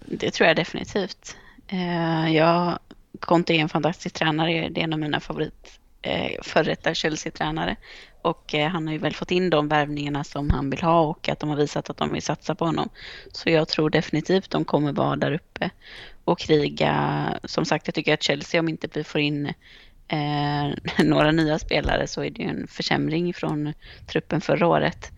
Det tror jag definitivt. Eh, Jag, Conte är en fantastisk tränare. Det är en av mina favorit eh, före detta Chelsea-tränare. Och eh, han har ju väl fått in de värvningarna som han vill ha och att de har visat att de vill satsa på honom. Så jag tror definitivt de kommer vara där uppe och kriga. Som sagt, jag tycker att Chelsea, om inte vi får in eh, [LAUGHS] några nya spelare så är det ju en försämring från truppen förra året.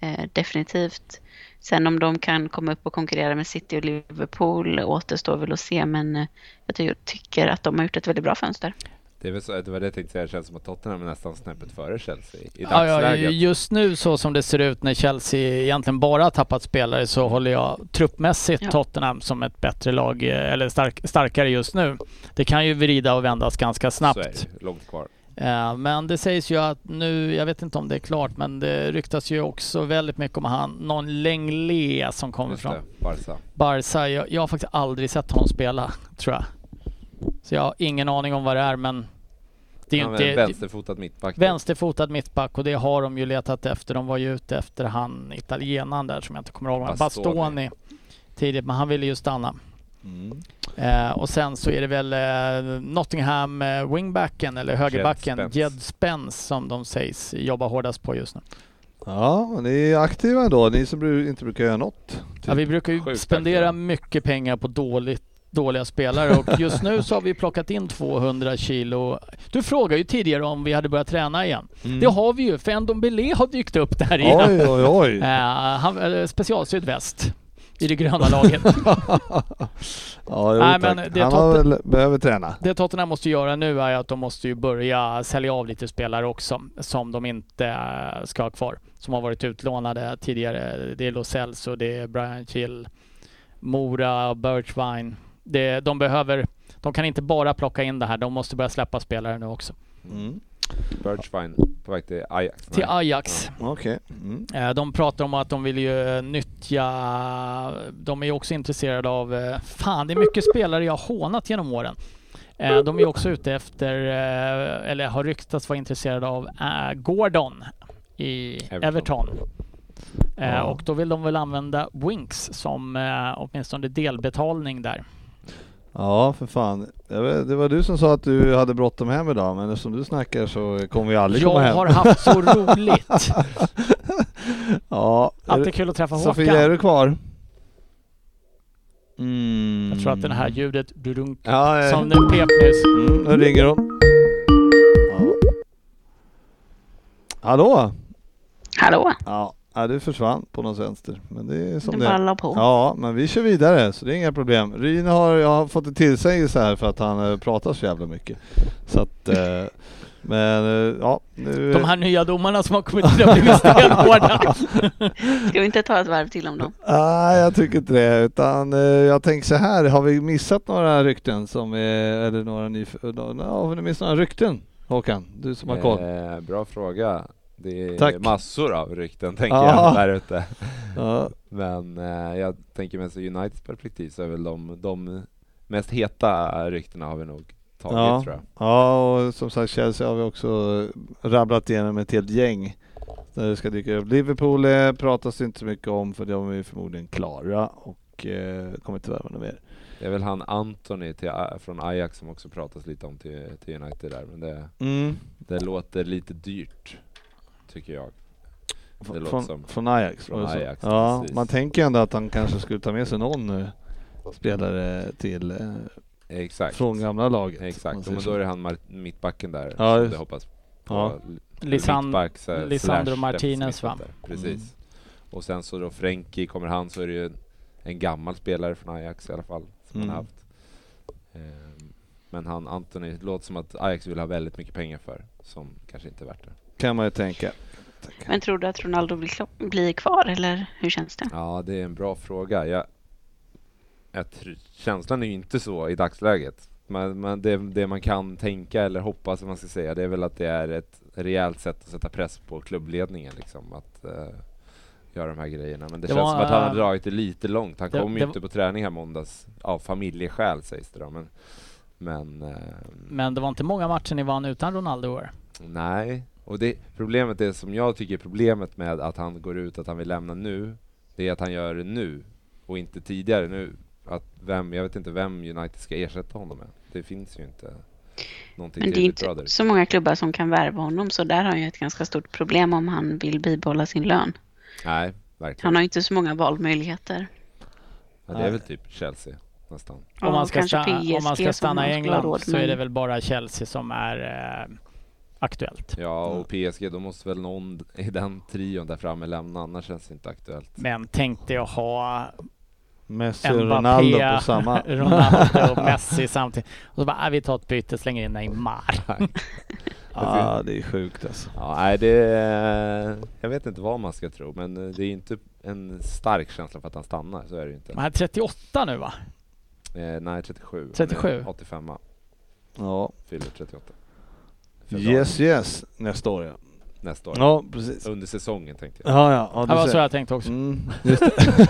Eh, definitivt. Sen om de kan komma upp och konkurrera med City och Liverpool återstår väl att se, men eh, jag ty- tycker att de har gjort ett väldigt bra fönster.
Det, är väl så, det var det jag tänkte säga, det känns som att Tottenham är nästan snäppet före Chelsea i
Ja, ja,
dagsläget.
just nu så som det ser ut när Chelsea egentligen bara har tappat spelare så håller jag truppmässigt
Ja.
Tottenham som ett bättre lag, eh, eller stark, starkare just nu. Det kan ju vrida och vändas ganska
Så är
snabbt.
det, långt kvar.
Eh, Men det sägs ju att nu, jag vet inte om det är klart, men det ryktas ju också väldigt mycket om han, någon Lenglet som kommer
Just
från
det, Barca.
Barca, jag, jag har faktiskt aldrig sett honom spela, tror jag. Så jag har ingen aning om vad det är, men det är ju
Han är en
inte...
vänsterfotad mittback.
Vänsterfotad mittback och det har de ju letat efter. De var ju ute efter han italienaren där som jag inte kommer ihåg. Bastoni.
Bastoni.
Bastoni tidigt, men han ville ju stanna. Eh, och sen så är det väl eh, Nottingham eh, wingbacken eller högerbacken,
Jed Spence. Typ
Jed Spence som de sägs jobba hårdast på just nu.
Ja, och ni är aktiva ändå, ni som bru- inte brukar göra något.
Ja, vi brukar ju
Sjukt
spendera
aktiva.
mycket pengar på dåligt dåliga spelare och just nu så har vi plockat in 200 kilo. Du frågade ju tidigare om vi hade börjat träna igen.
Mm.
Mm.
Det har vi ju, för Ndombélé har dykt upp där igen.
Oj, oj,
[LAUGHS] Eh,
oj.
han, eh, specialsydd väst i det gröna laget.
ja, jo,
Nej,
tack.
men det är
Han har väl, behöver träna.
det Tottenham måste göra nu är att de måste ju börja sälja av lite spelare också som de inte eh, ska ha kvar. Som har varit utlånade tidigare. Det är Lo Celso, det är Brian Chill, Mora, Birchwine. Det, de behöver, de kan inte bara plocka in det här. De måste börja släppa spelare nu också.
Mm.
Birchvine på väg till Ajax.
Till
Nej.
Ajax.
Okej. Mm.
Eh, De pratar om att de vill ju eh, nyttja... De är ju också intresserade av... eh, Fan, det är mycket spelare jag har hånat genom åren. Eh, De är ju också ute efter, eh, eller har ryktats vara intresserade av eh, Gordon i
Everton.
Everton. Eh,
Ja.
Och då vill de väl använda Winks som eh, åtminstone delbetalning där.
Ja, för fan. Jag vet- Det var du som sa att du hade bråttom hem idag, men eftersom du snackar så kommer vi aldrig komma
Jag
hem.
har haft
[LAUGHS]
så roligt!
Ja. är
Alltid
du-
kul att träffa
Sofia, är
Håkan.
du kvar? Mm.
Jag tror att det här ljudet, dudunk,
Ja, eh,
som den pep nyss.
mm, nu ringer hon. Ja. Hallå?
Hallå!
Ja, ja, du försvann på något vänster. Men det är som
Den
det är.
bara la på.
Ja, men vi kör vidare så det är inga problem. Ryn har, jag har fått en tillsägelse här för att han eh, pratar så jävla mycket. Så att,
[LAUGHS]
eh, men eh, ja, nu...
De här nya domarna som har kommit in har blivit
[LAUGHS]
stenhårda.
Ska vi inte ta ett varv till om dem?
Nej, jag tycker inte det. Utan eh, jag tänker så här, har vi missat några rykten som är, eller några ny... nå- Har vi missat några rykten? Håkan, du som har koll.
Eh, bra fråga. Det är
Tack.
massor av rykten tänker
Ja.
jag där ute.
Ja,
Men eh, jag tänker med sig Uniteds perspektiv så är väl de, de mest heta ryktena har vi nog tagit
Ja.
tror jag.
ja, och som sagt Chelsea har vi också eh, rabblat igenom ett helt gäng. När det ska dyka upp. Liverpool eh, pratas det inte så mycket om för de är ju förmodligen klara och eh, kommer inte värva något mer.
Det är väl han Anthony till, A- från Ajax som också pratas lite om till, till United där men det,
Mm.
det låter lite dyrt tycker jag. Det låter
Från,
som-
från Ajax?
från
var det så?
Ajax,
ja,
precis.
man tänker ändå att han kanske skulle ta med sig någon eh, spelare till eh,
Exakt.
från gamla laget.
Exakt,
Man
Ja,
säger
men
så.
då är det han mar- mittbacken där
Ja,
som
just-
det hoppas på.
Ja.
L-
Lisan-
mittback, så här,
Lisandro
slash
Martinez,
defensiv
va? Mm.
mittback. Precis. Och sen så då Frenkie, kommer han så är det ju en gammal spelare från Ajax i alla fall som
Mm.
han har haft. Ehm, men han Anthony, det låter som att Ajax vill ha väldigt mycket pengar för som kanske inte är värt det.
kan man ju tänka.
Men tror du att Ronaldo blir, klo- blir kvar eller hur känns det?
Ja, det är en bra fråga. Jag, jag tr- känslan är ju inte så i dagsläget. Men, men det, det man kan tänka eller hoppas, om man ska säga, det är väl att det är ett rejält sätt att sätta press på klubbledningen. Liksom, att eh, göra de här grejerna. Men det,
Det
känns
var,
som att han har
eh,
dragit det lite långt. Han
det-
kom ju
det-
inte på träning här måndags, av familjeskäl sägs det då. Men, men, eh,
Men det var inte många matcher ni vann utan Ronaldo i år.
Nej, och det problemet är som jag tycker problemet med att han går ut att han vill lämna nu, det är att han gör det nu och inte tidigare nu. Att vem, jag vet inte vem United ska ersätta honom med. Det finns ju inte någonting
Men det är
riktigt bra
inte
där.
så många klubbar som kan värva honom så där har han ju ett ganska stort problem om han vill bibehålla sin lön.
Nej,
Han
verkligen.
har ju inte så många valmöjligheter.
Ja, det är väl typ Chelsea nästan.
Om man
Och
ska,
kanske
stanna, om man
PSG
ska
som
stanna i
han skulle ha
England
råd
så
med.
är det väl bara Chelsea som är eh, aktuellt.
Ja, och PSG, då måste väl någon i den trion där framme lämna, annars känns det inte aktuellt.
Men tänkte jag ha
Messi och Ronaldo
Mbappé,
på
[LAUGHS]
samma.
Ronaldo
[LAUGHS]
och Messi samtidigt. Och så bara, äh, vi tar ett byte, slänger in Neymar.
Ja, det är sjukt alltså.
Ja, nej, det är, jag vet inte vad man ska tro, men eh, det är inte en stark känsla för att han stannar, så är det ju inte.
Men Han är 38 nu va?
Eh, nej, 37.
37.
85
Ja.
fyller 38. Februari
Yes, yes. Nästa år ja.
Nästa år.
Ja, precis.
Under säsongen tänkte jag.
Ja, ja. ja
Det
du
var så
ser.
jag tänkte också.
Mm, just det.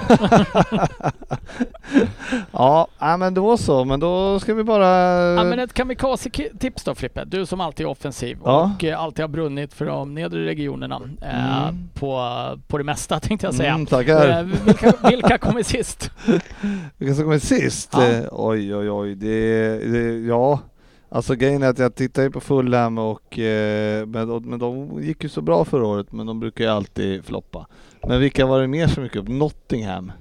[LAUGHS] ja, ja, men då så. Men då ska vi bara...
Ja, men ett kamikaze-tips då Frippe, du som alltid är offensiv
Ja.
och eh, alltid har brunnit för de nedre regionerna eh,
Mm.
på, på det mesta [LAUGHS] tänkte jag säga.
Mm, tackar.
Eh, vilka, vilka kommer sist?
[LAUGHS] Vilka som kommer sist?
Ja.
Eh, Oj, oj, oj. Det, det, ja. Alltså grejen är att jag tittar ju på Fulham och eh, men, de- men de gick ju så bra förra året men de brukar ju alltid floppa. Men vilka var det mer som gick upp? Nottingham.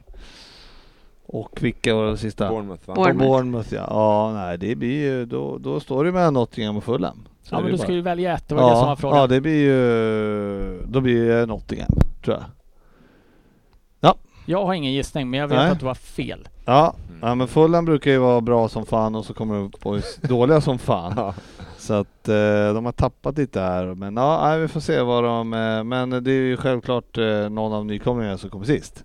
Och vilka var det sista?
Bournemouth va?
Bournemouth.
Bournemouth ja. ja nej, det blir ju, då, då står det mellan Nottingham och Fulham. Så är
Ja
det
men du
bara-
ska ju välja ett, det var det som var frågan.
Ja, det blir ju, då blir det Nottingham tror jag.
Jag har ingen gissning men jag vet
Nej.
att du har fel.
Ja,
Mm.
ja men Fulham brukar ju vara bra som fan och så kommer de på [LAUGHS] s- dåliga som fan.
Ja.
Så att eh, de har tappat lite här. Men ja, nej, vi får se vad de... Eh, men det är ju självklart eh, någon av nykomlingarna som kommer sist.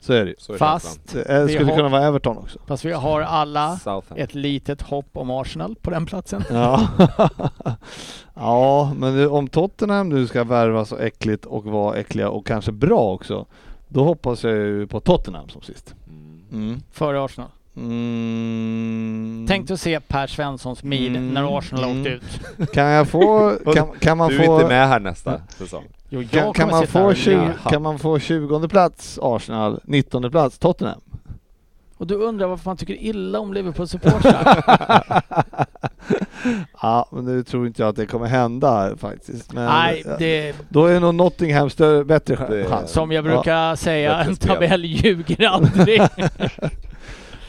Så är det ju.
Så är känslan.
Fast,
Det eh,
Vi
skulle
har-
kunna vara Everton också.
fast vi har alla
Southampton.
ett litet hopp om Arsenal på den platsen.
[LAUGHS] Ja, [LAUGHS] ja men nu, om Tottenham nu ska värva så äckligt och vara äckliga och kanske bra också. Då hoppas jag ju på Tottenham som sist.
Mm.
Mm.
Före Arsenal.
Mm.
Tänk dig att se Per Svenssons min
Mm.
när Arsenal
Mm.
åkte ut.
Kan jag få... Kan, kan man
Du
få...
är inte med här nästa säsong.
Jo, jag
Kan, kan,
kommer
man
sitta
få
här.
20,
jaha.
kan man få 20 plats Arsenal, 19 plats
[LAUGHS]
Tottenham? [LAUGHS]
Och du undrar varför man tycker illa om
[LAUGHS]
Liverpool-supportrar?
Ja, men nu tror inte jag att det kommer hända faktiskt. Men eh,
Nej, det,
Då är nog Nottingham större, bättre ch-
Det-
chans.
som jag brukar säga,
Eh, bättre
en
spel.
tabell ljuger
[LAUGHS]
aldrig.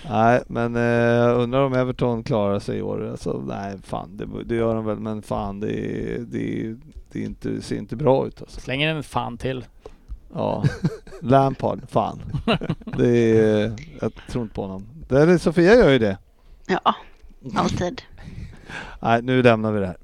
Nej, men eh, undrar om Everton klarar sig i år. Alltså, nej, fan, det, det gör de väl, men fan, det, det, det, är inte, det ser inte bra ut alltså.
Slänger en fan till.
Ja, Lampard, fan. Det är, jag tror inte på honom. Det är, Sofia gör ju det.
Ja, alltid.
Nej, nu lämnar vi det här.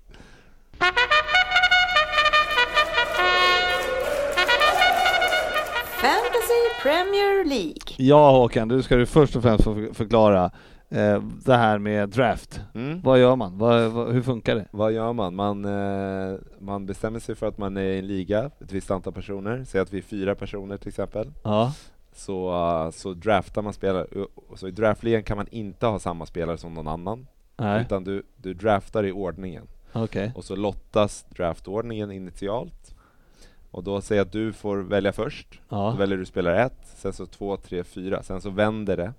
Fantasy Premier League.
Ja Håkan, du ska du först och främst få för- förklara eh, det här med draft.
Mm.
Vad gör man? Vad, vad, hur funkar det?
Vad gör man? Man, eh, man bestämmer sig för att man är i en liga, ett visst antal personer. Säg att vi är fyra personer till exempel.
Ja.
Så, eh, så draftar man spelare. Och Så i draftligan kan man inte ha samma spelare som någon annan.
Nej,
Utan du, du draftar i ordningen.
okej.
Och så lottas draftordningen initialt. Och då säger jag att du får välja först. Då
Ja.
väljer du spelare 1, sen så 2, 3, 4. Sen så vänder det.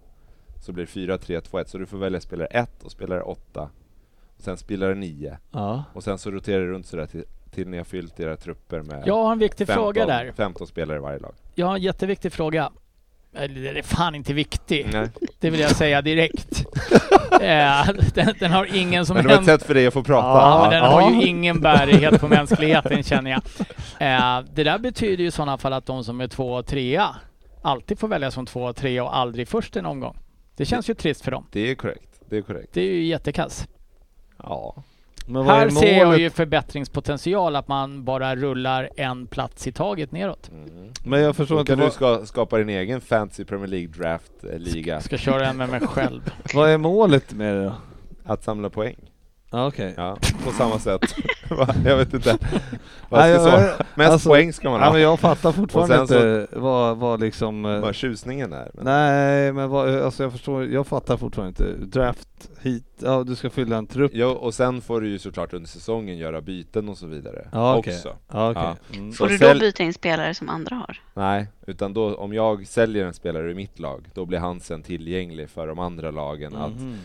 Så blir det 4, 3, 2, 1. Så du får välja spelare 1 och spelare 8. Och sen spelare 9.
ja.
Och sen så roterar du runt sådär till, till ni har fyllt era trupper med
Jag har en viktig
15,
fråga där.
15 spelare i varje lag.
Jag har en jätteviktig fråga. Eller den är fan inte viktig. [LAUGHS]
Nej. [LAUGHS]
Det vill jag säga direkt. Eh, Eh, den, den har ingen som
Men det var ett
helst...
sätt för dig att få prata.
Ja, men den
Ja.
har ju ingen bärighet på mänskligheten känner jag. Eh, det där betyder ju i sådana fall att de som är två och trea alltid får välja som två och trea och aldrig först en omgång. Det känns ju trist för dem.
Det är korrekt. Det är korrekt.
Det är ju jättekass.
Ja.
Men vad är
Här ser jag
målet?
ju förbättringspotential att man bara rullar en plats i taget neråt.
Men jag förstår
Mm.
inte,
Då kan du
vad,
ska, skapa din egen Fantasy Premier League eh, Draft-liga.
Jag ska köra en med mig själv.
vad är målet med det då?
Att samla poäng.
Ja, okej.
Ja, på samma sätt.
[LAUGHS]
Va? jag vet inte vad
Nej,
jag ska
jag-
svara. Mest
alltså,
poäng ska man
Ja,
ha.
men jag fattar fortfarande
Och sen så-
inte vad, vad liksom... eh,
Vad tjusningen är. Men
Nej, men vad, alltså jag förstår, jag fattar fortfarande inte. Draft hit, ja du ska fylla en trupp.
Jo, och sen får du ju såklart under säsongen göra byten och så vidare
Ja, okej.
också.
Ja, okej. Mm.
Får
Och
du
sälj-
då byta in spelare som andra har?
Nej, utan då om jag säljer en spelare i mitt lag, då blir han sen tillgänglig för de andra lagen att
Mhm.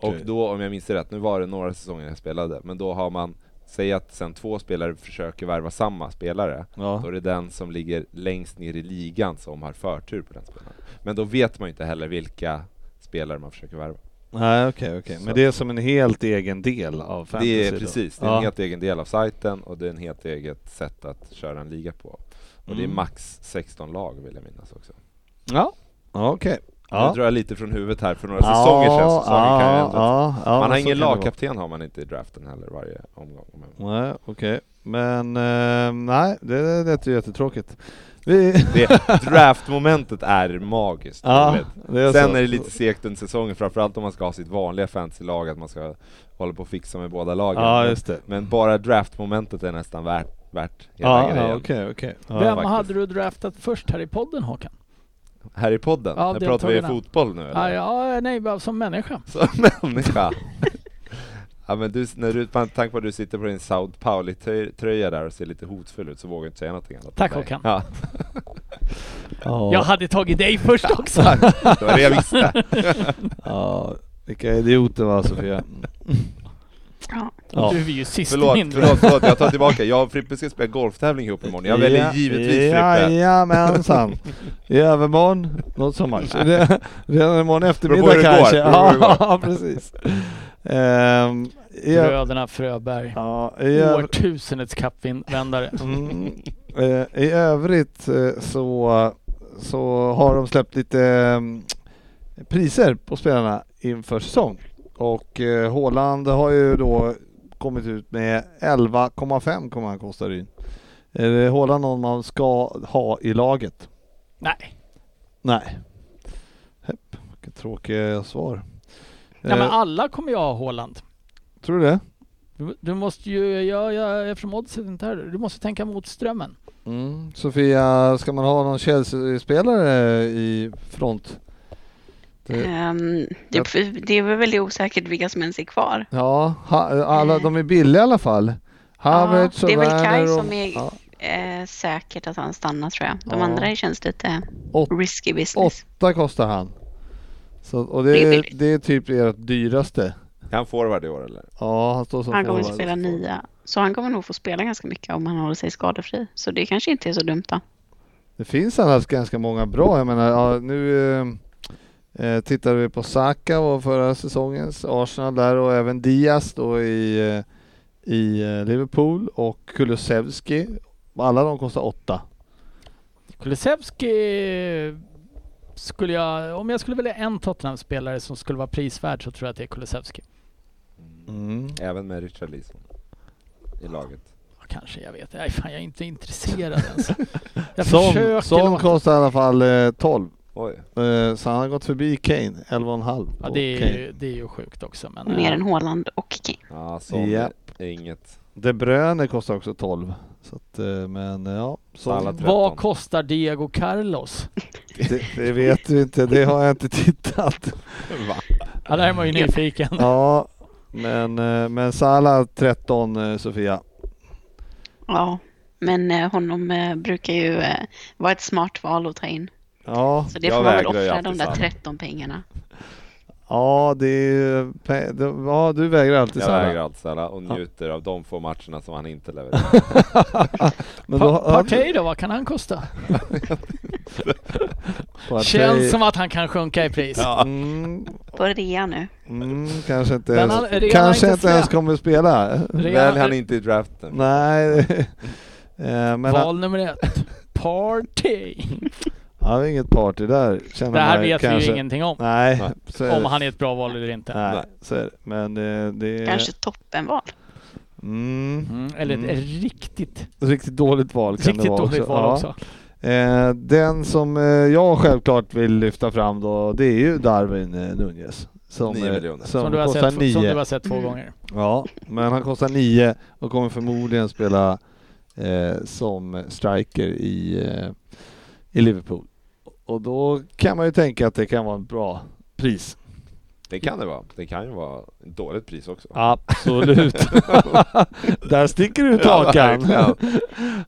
Och
Okej.
då, om jag minns rätt, nu var det några säsonger jag spelade, men då har man, säg att sen två spelare försöker värva samma spelare,
Ja.
då är det den som ligger längst ner i ligan som har förtur på den spelaren. Men då vet man ju inte heller vilka spelare man försöker värva.
Nej, okej, okej.
Så-
Men det är som en helt egen del av fantasy
det är
då.
precis, det är
Ja.
en helt egen del av sajten och det är en helt eget sätt att köra en liga på. Och det är
Mm.
max 16 lag vill jag minnas också.
Ja, Ja, okej.
Nu drar jag lite från huvudet här för några säsonger sedan. så Säsonger kan jag ändå
ja, ja,
man
men
har
så
ingen
kan det vara.
lagkapten har man inte i draften heller varje omgång. Men-
[LAUGHS] Nej, okej. Men eh, nej, det, det är jättetråkigt. Vi... [LAUGHS]
Det, draftmomentet är magiskt
Ja,
roligt.
det är
Sen
så.
är det lite segt under säsongen, framförallt om man ska ha sitt vanliga fantasylag, att man ska hålla på och fixa med båda lagen.
Ja,
Men-
just det.
Men bara draftmomentet är nästan värt, värt hela
Ja,
grejen.
ja, okej, okej. [LAUGHS] Ja.
Vem
faktiskt.
hade du draftat först här i podden Håkan?
Här i podden,
Ja,
här pratar vi
deltagarna.
fotboll nu eller?
Ja, ja, nej, bara som människa.
Som [LAUGHS] människa. ja, men du, när du, med tanke på att du sitter på din South Pauli-tröja där och ser lite hotfull ut så vågar jag inte säga någonting annat. än
Tack,
dig.
Håkan.
Ja,
Ja.
Jag hade tagit dig först också.
det var det
[LAUGHS]
jag visste.
Ja, vilka idioter va Sofia.
Ja.
Ja.
Du är ju sist
Förlåt,
in.
förlåt, förlåt, jag tar tillbaka. Jag och Frippe ska spela golftävling ihop imorgon. Jag väljer
Ja,
givetvis Frippe.
Jajamensan. I övermorgon, not so much. Re- Redan imorgon
Beror på hur
eftermiddag
det går,
kanske.
beror på hur det
Ja, [LAUGHS] precis. Ehm, i ö-
Bröderna Fröberg.
ja, i ö-
Årtusendets kappvändare.
Mm. Eh, I övrigt eh, så, så har de släppt lite mm, priser på spelarna inför säsong. Och eh, Haaland har ju då kommit ut med 11,5 kommer han kosta in. Är det Haaland någon man ska ha i laget?
Nej.
Nej. Hepp, vilket tråkiga svar.
Nej, men
Eh,
alla kommer ju ha Haaland.
Tror du det?
Du, du måste ju, ja, ja, eftersom oddset inte är du måste tänka mot strömmen.
Mm. Sofia, ska man ha någon Chelsea-spelare i front? Det-
Ehm, det, det är väl väldigt osäkert vilka som ens är kvar.
Ja, ha, alla,
Eh.
de är billiga i alla fall. Havertz och
det är väl Kai
Werner och-
som är-
ja,
Eh, säkert att han stannar tror jag. De
Ja.
andra känns lite
Åt-
risky business.
åtta kostar han. Så, och
Det
det,
är
är
billigt.
det är typ ert dyraste.
Är han forward i år eller?
Ja, han står som
Han kommer
forward.
spela nia. Så han kommer nog få spela ganska mycket om han håller sig skadefri. Så det kanske inte är så dumt då.
Det finns annars ganska många bra. Jag menar, ja, nu eh, eh, tittar vi på Saka och förra säsongens Arsenal där och även Diaz då i, eh, i eh, Liverpool och Kulusevski. Alla de kostar åtta.
Kulusevski skulle jag, om jag skulle välja en Tottenham-spelare som skulle vara prisvärd så tror jag att det är Kulusevski.
Mm.
Även med Richard Leeson i laget.
Ja, kanske, jag vet Nej, fan, jag är inte intresserad ens. Jag
Son,
försöker
Son
låta-
kostar i alla fall eh, 12.
Oj.
Eh, Så han har gått förbi Kane, 11,5.
Ja,
på
det, är
Kane.
ju, det är ju sjukt också. Men,
Mer
eh,
än Haaland och King.
Ja, sån
Japp.
är inget.
De Bruyne kostar också 12. Så att, eh, men eh, ja, så
Alla tre.
vad
13.
kostar Diego Carlos?
[LAUGHS] det, det vet du inte, det har jag inte tittat.
[LAUGHS] Ja, där är man ju nyfiken.
Ja, men, eh, men Salah 13 eh, Sofia.
Ja, men eh, honom eh, brukar ju eh, vara ett smart val att ta in.
Ja,
Så det
Jag
får man väl
vägrar ju
offra
alltid
de där
Salah.
13 pengarna.
ja, det är, ju pe- det- ja du vägrar alltid
Jag vägrar
Salah.
allt Salah och
Ja.
njuter av de få matcherna som han inte levererar.
Men
Pa
då,
Partey då, vad kan han kosta?
På att-
Känns som att han kan sjunka i pris.
Ja. Mm,
På rea nu.
mm, kanske inte,
Den
ens,
har- redan inte
kanske inte
slä.
ens kommer spela. [LAUGHS]
Väl han
Redan,
inte i draften.
Nej. [LAUGHS] Eh, Men han,
val nummer ett. Party!
han har inget party där. Känner
Det här
man
vet vi
kanske.
ju ingenting om.
Nej,
Nej.
så är
Om
det.
han är ett bra val eller inte.
Nej,
Nej.
så är det. Men eh, det är...
Kanske toppenval.
Mm,
Mm, eller ett
Mm.
riktigt,
riktigt dåligt val kan
riktigt
det vara
dåligt
också.
val
Ja.
också.
Eh, den som eh, jag självklart vill lyfta fram då, det är ju Darwin eh, Nunez. Som,
Nio
eh,
miljoner.
Som,
Som du, har
kostar
sett,
nio.
som du har sett två
Mm.
gånger.
Ja, men han kostar nio och kommer förmodligen spela eh, som striker i, eh, i Liverpool. Och då kan man ju tänka att det kan vara ett bra pris.
Det kan det vara. Det kan ju vara ett dåligt pris också.
Absolut. [LAUGHS] Där sticker du ut hakan.
verkligen.
[LAUGHS]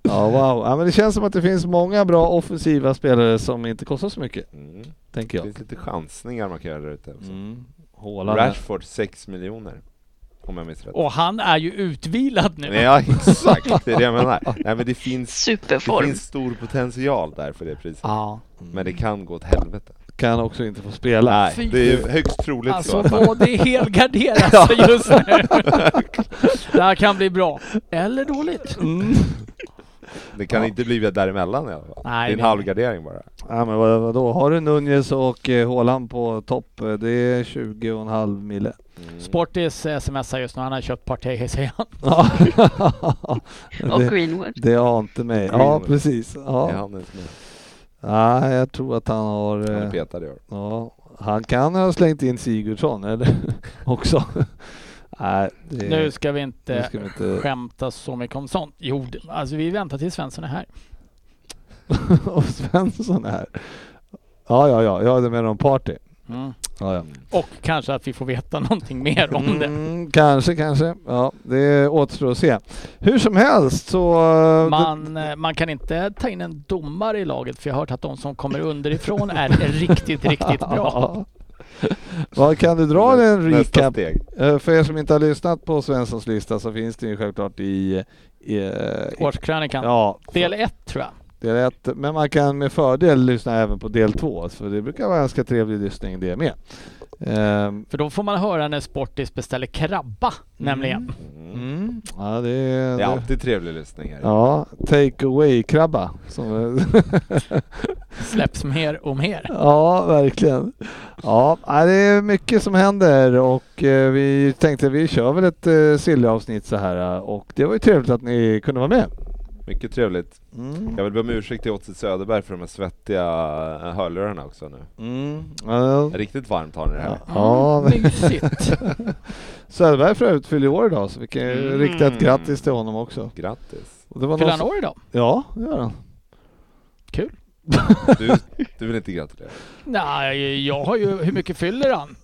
Ja, wow. Ja, men det känns som att det finns många bra offensiva spelare som inte kostar så mycket,
Mm.
tänker
Det
jag.
finns lite chansningar man kan göra där ute. också.
Mm. Haaland.
Rashford 6 miljoner. Om jag minns rätt.
Och han är ju utvilad nu.
Nej, ja, exakt. Det är det jag menar. Nej, men det finns, det
Superform.
finns stor potential där för det priset.
Ja.
Men det kan gå åt helvete.
Kan också inte få spela.
Fy-
Det är ju högst troligt
Alltså
så. att man-
[LAUGHS]
både helgarderas just nu. Det här kan bli bra. Eller dåligt.
Mm.
Det kan inte bli däremellan i alla fall.
Nej,
det är
det-
en halvgardering bara.
Ja, men vad, vadå? Har du Nunez och eh, Haaland på topp, eh, det är 20,5 mille. [LAUGHS]
Mm.
Sportis eh, smsar just nu. Han har köpt Partey, säger han.
Ja.
Och
det,
Greenwood.
det ante mig. Ja,
Greenwood.
precis.
Ja.
Ja.
han är som är-
Ja, jag tror att han har...
han är
eh,
petad i år.
Ja, han kan ha slängt in Sigurdsson, eller? [LAUGHS] Också. Nej, det,
Nu ska vi inte,
nu ska vi inte-
skämta så mycket om sånt. Jo, det- alltså vi väntar tills Svensson är här.
[LAUGHS] och Svensson här. Ja, ja, ja, ja, du menar om party.
Mm.
Ja, ja.
Och kanske att vi får veta någonting mer om det.
Mm, kanske, kanske. Ja, det återstår att se. Hur som helst så... eh,
Man, eh, man kan inte ta in en domare i laget för jag har hört att de som kommer underifrån är riktigt,
[LAUGHS]
riktigt bra.
Ja. Vad kan du dra en
Mm. Nästa
recap?
steg.
Eh, För er som inte har lyssnat på Svenssons lista så finns det ju självklart i... i, eh, i
Årskrönikan.
ja,
Del ett tror jag.
del ett. Men man kan med fördel lyssna även på del två, för det brukar vara ganska trevlig lyssning det med. Ehm,
För då får man höra när Sportis beställer krabba nämligen.
Mm.
mm. Ja, det,
Det är
det,
alltid trevlig lyssning här.
ja, take away-krabba. som- [LAUGHS]
Släpps mer och mer.
Ja, verkligen. Ja, nej, det är mycket som händer och eh, vi tänkte vi kör väl ett eh, silly-avsnitt så här eh, och det var ju trevligt att ni kunde vara med.
Mycket trevligt.
Mm.
Jag vill be om ursäkt till Otzi Söderberg för de här svettiga eh, hörlurarna också nu.
Mm. Ja.
Riktigt varmt har ni det här.
Ja, men-
Mm, mysigt.
Söderberg för övrigt fyller år idag så vi kan ju
Mm.
rikta ett grattis till honom också. [LAUGHS]
Grattis!
Och det var
Fyller
någon
han
som-
år idag?
Ja, det gör han.
Du, du vill inte gratulera?
Nej, jag har ju... Hur mycket fyller han?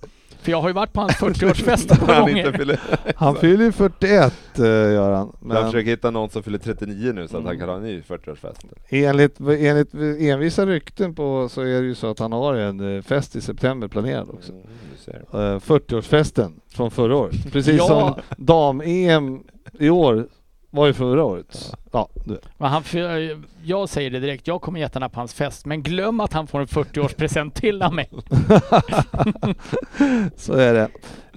För jag har ju varit på hans 40-årsfest ett par
Han inte
gånger.
fyller.
Han fyller ju 41 eh, gör han.
Jag
Men Mm.
försöker hitta någon som fyller 39 nu så att han kan ha en ny 40-årsfest.
enligt, enligt envisa rykten på så är det ju så att han har en eh, fest i september planerad också.
Mm, du ser.
eh, 40-årsfesten från förra året. Precis
Ja.
som dam-EM i år var ju förra året. Ja, du.
Men han fyller, jag säger det direkt, jag kommer jättegärna på hans fest. Men glöm att han får en 40-årspresent till av mig.
så är det.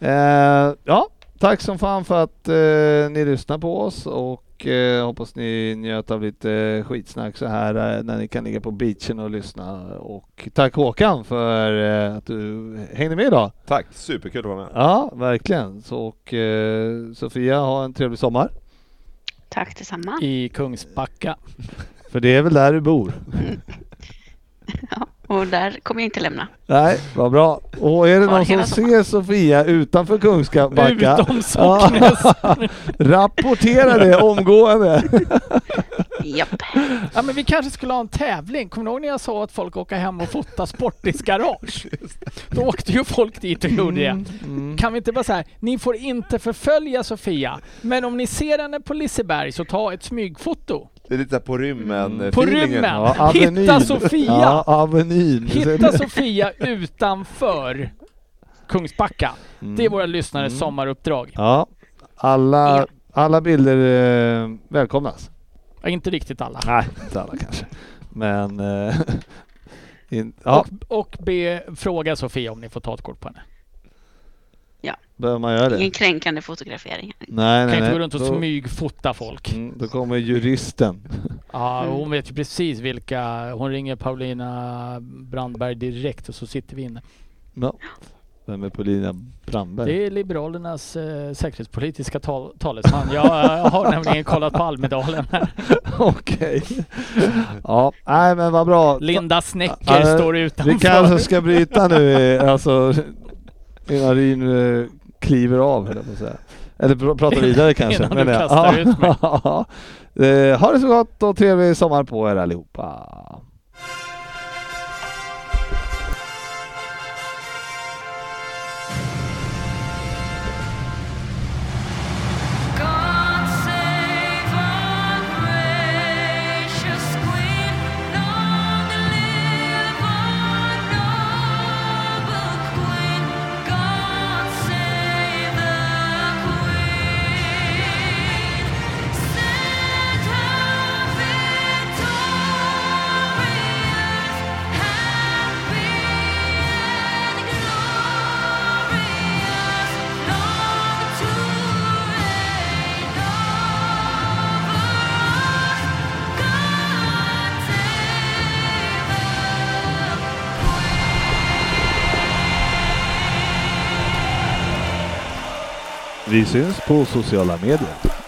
Eh, ja, tack som fan för att eh, ni lyssnar på oss och eh, hoppas ni njöt av lite skitsnack så här eh, när ni kan ligga på beachen och lyssna. Och tack Håkan för eh, att du hängde med idag.
Tack, superkul att vara med.
Ja, verkligen. Så, och eh, Sofia, ha en trevlig sommar.
Tack detsamma.
I Kungsbacka.
För det är väl där du bor?
Ja. Och där kommer jag inte lämna.
Nej, vad bra. Och är det
Har
någon som
hela
ser Sofia utanför Kungsbacka,
Utom Socknäs.
rapportera det omgående.
Japp.
Ja men vi kanske skulle ha en tävling. Kommer ni ihåg när jag sa att folk åker hem och fotar
[LAUGHS]
Sportis garage? Då åkte ju folk dit och gjorde
Mm.
det. Kan vi inte bara säga, ni får inte förfölja Sofia, men om ni ser henne på Liseberg så ta ett smygfoto.
Det är lite så här på rymmen eh,
På
feelingen.
rymmen!
Ja,
Hitta Sofia!
Ja, Avenyn.
Hitta Sofia utanför Kungsbacka. Det är våra lyssnares sommaruppdrag.
Mm. Ja, alla, alla bilder eh, välkomnas.
Ja, inte riktigt alla.
Nej, inte alla kanske. Men eh, [LAUGHS] In, ja,
Och, och be, fråga Sofia om ni får ta ett kort på henne.
behöver man göra
Ingen
det?
kränkande fotografering.
Nej,
Kan
nej,
inte
nej.
gå runt och
Då-
smygfota folk.
Mm, då kommer juristen. [LAUGHS]
Ja,
Mm.
hon vet ju precis vilka. Hon ringer Paulina Brandberg direkt och så sitter vi inne.
Ja. Vem är Paulina Brandberg?
Det är Liberalernas eh, säkerhetspolitiska tal- talesman. Jag eh, har nämligen kollat på Almedalen här.
[LAUGHS] Okej. Ja, nej men vad bra.
Linda Snecker
Ja,
står
Vi
utanför.
kanske ska bryta nu, eh, alltså innan Ryn eh, kliver av höll jag på att säga. Eller pr- prata
[LAUGHS]
vidare kanske.
Innan du
menar jag.
kastar ut mig.
[LAUGHS] Ja. Eh, Ha det så gott och trevlig sommar på er allihopa.
God save our precious Queen. Long live our noble Queen. God save the Queen. Send her victorious, happy and glorious, long to reign over us. God save the
Vi syns på sociala medier.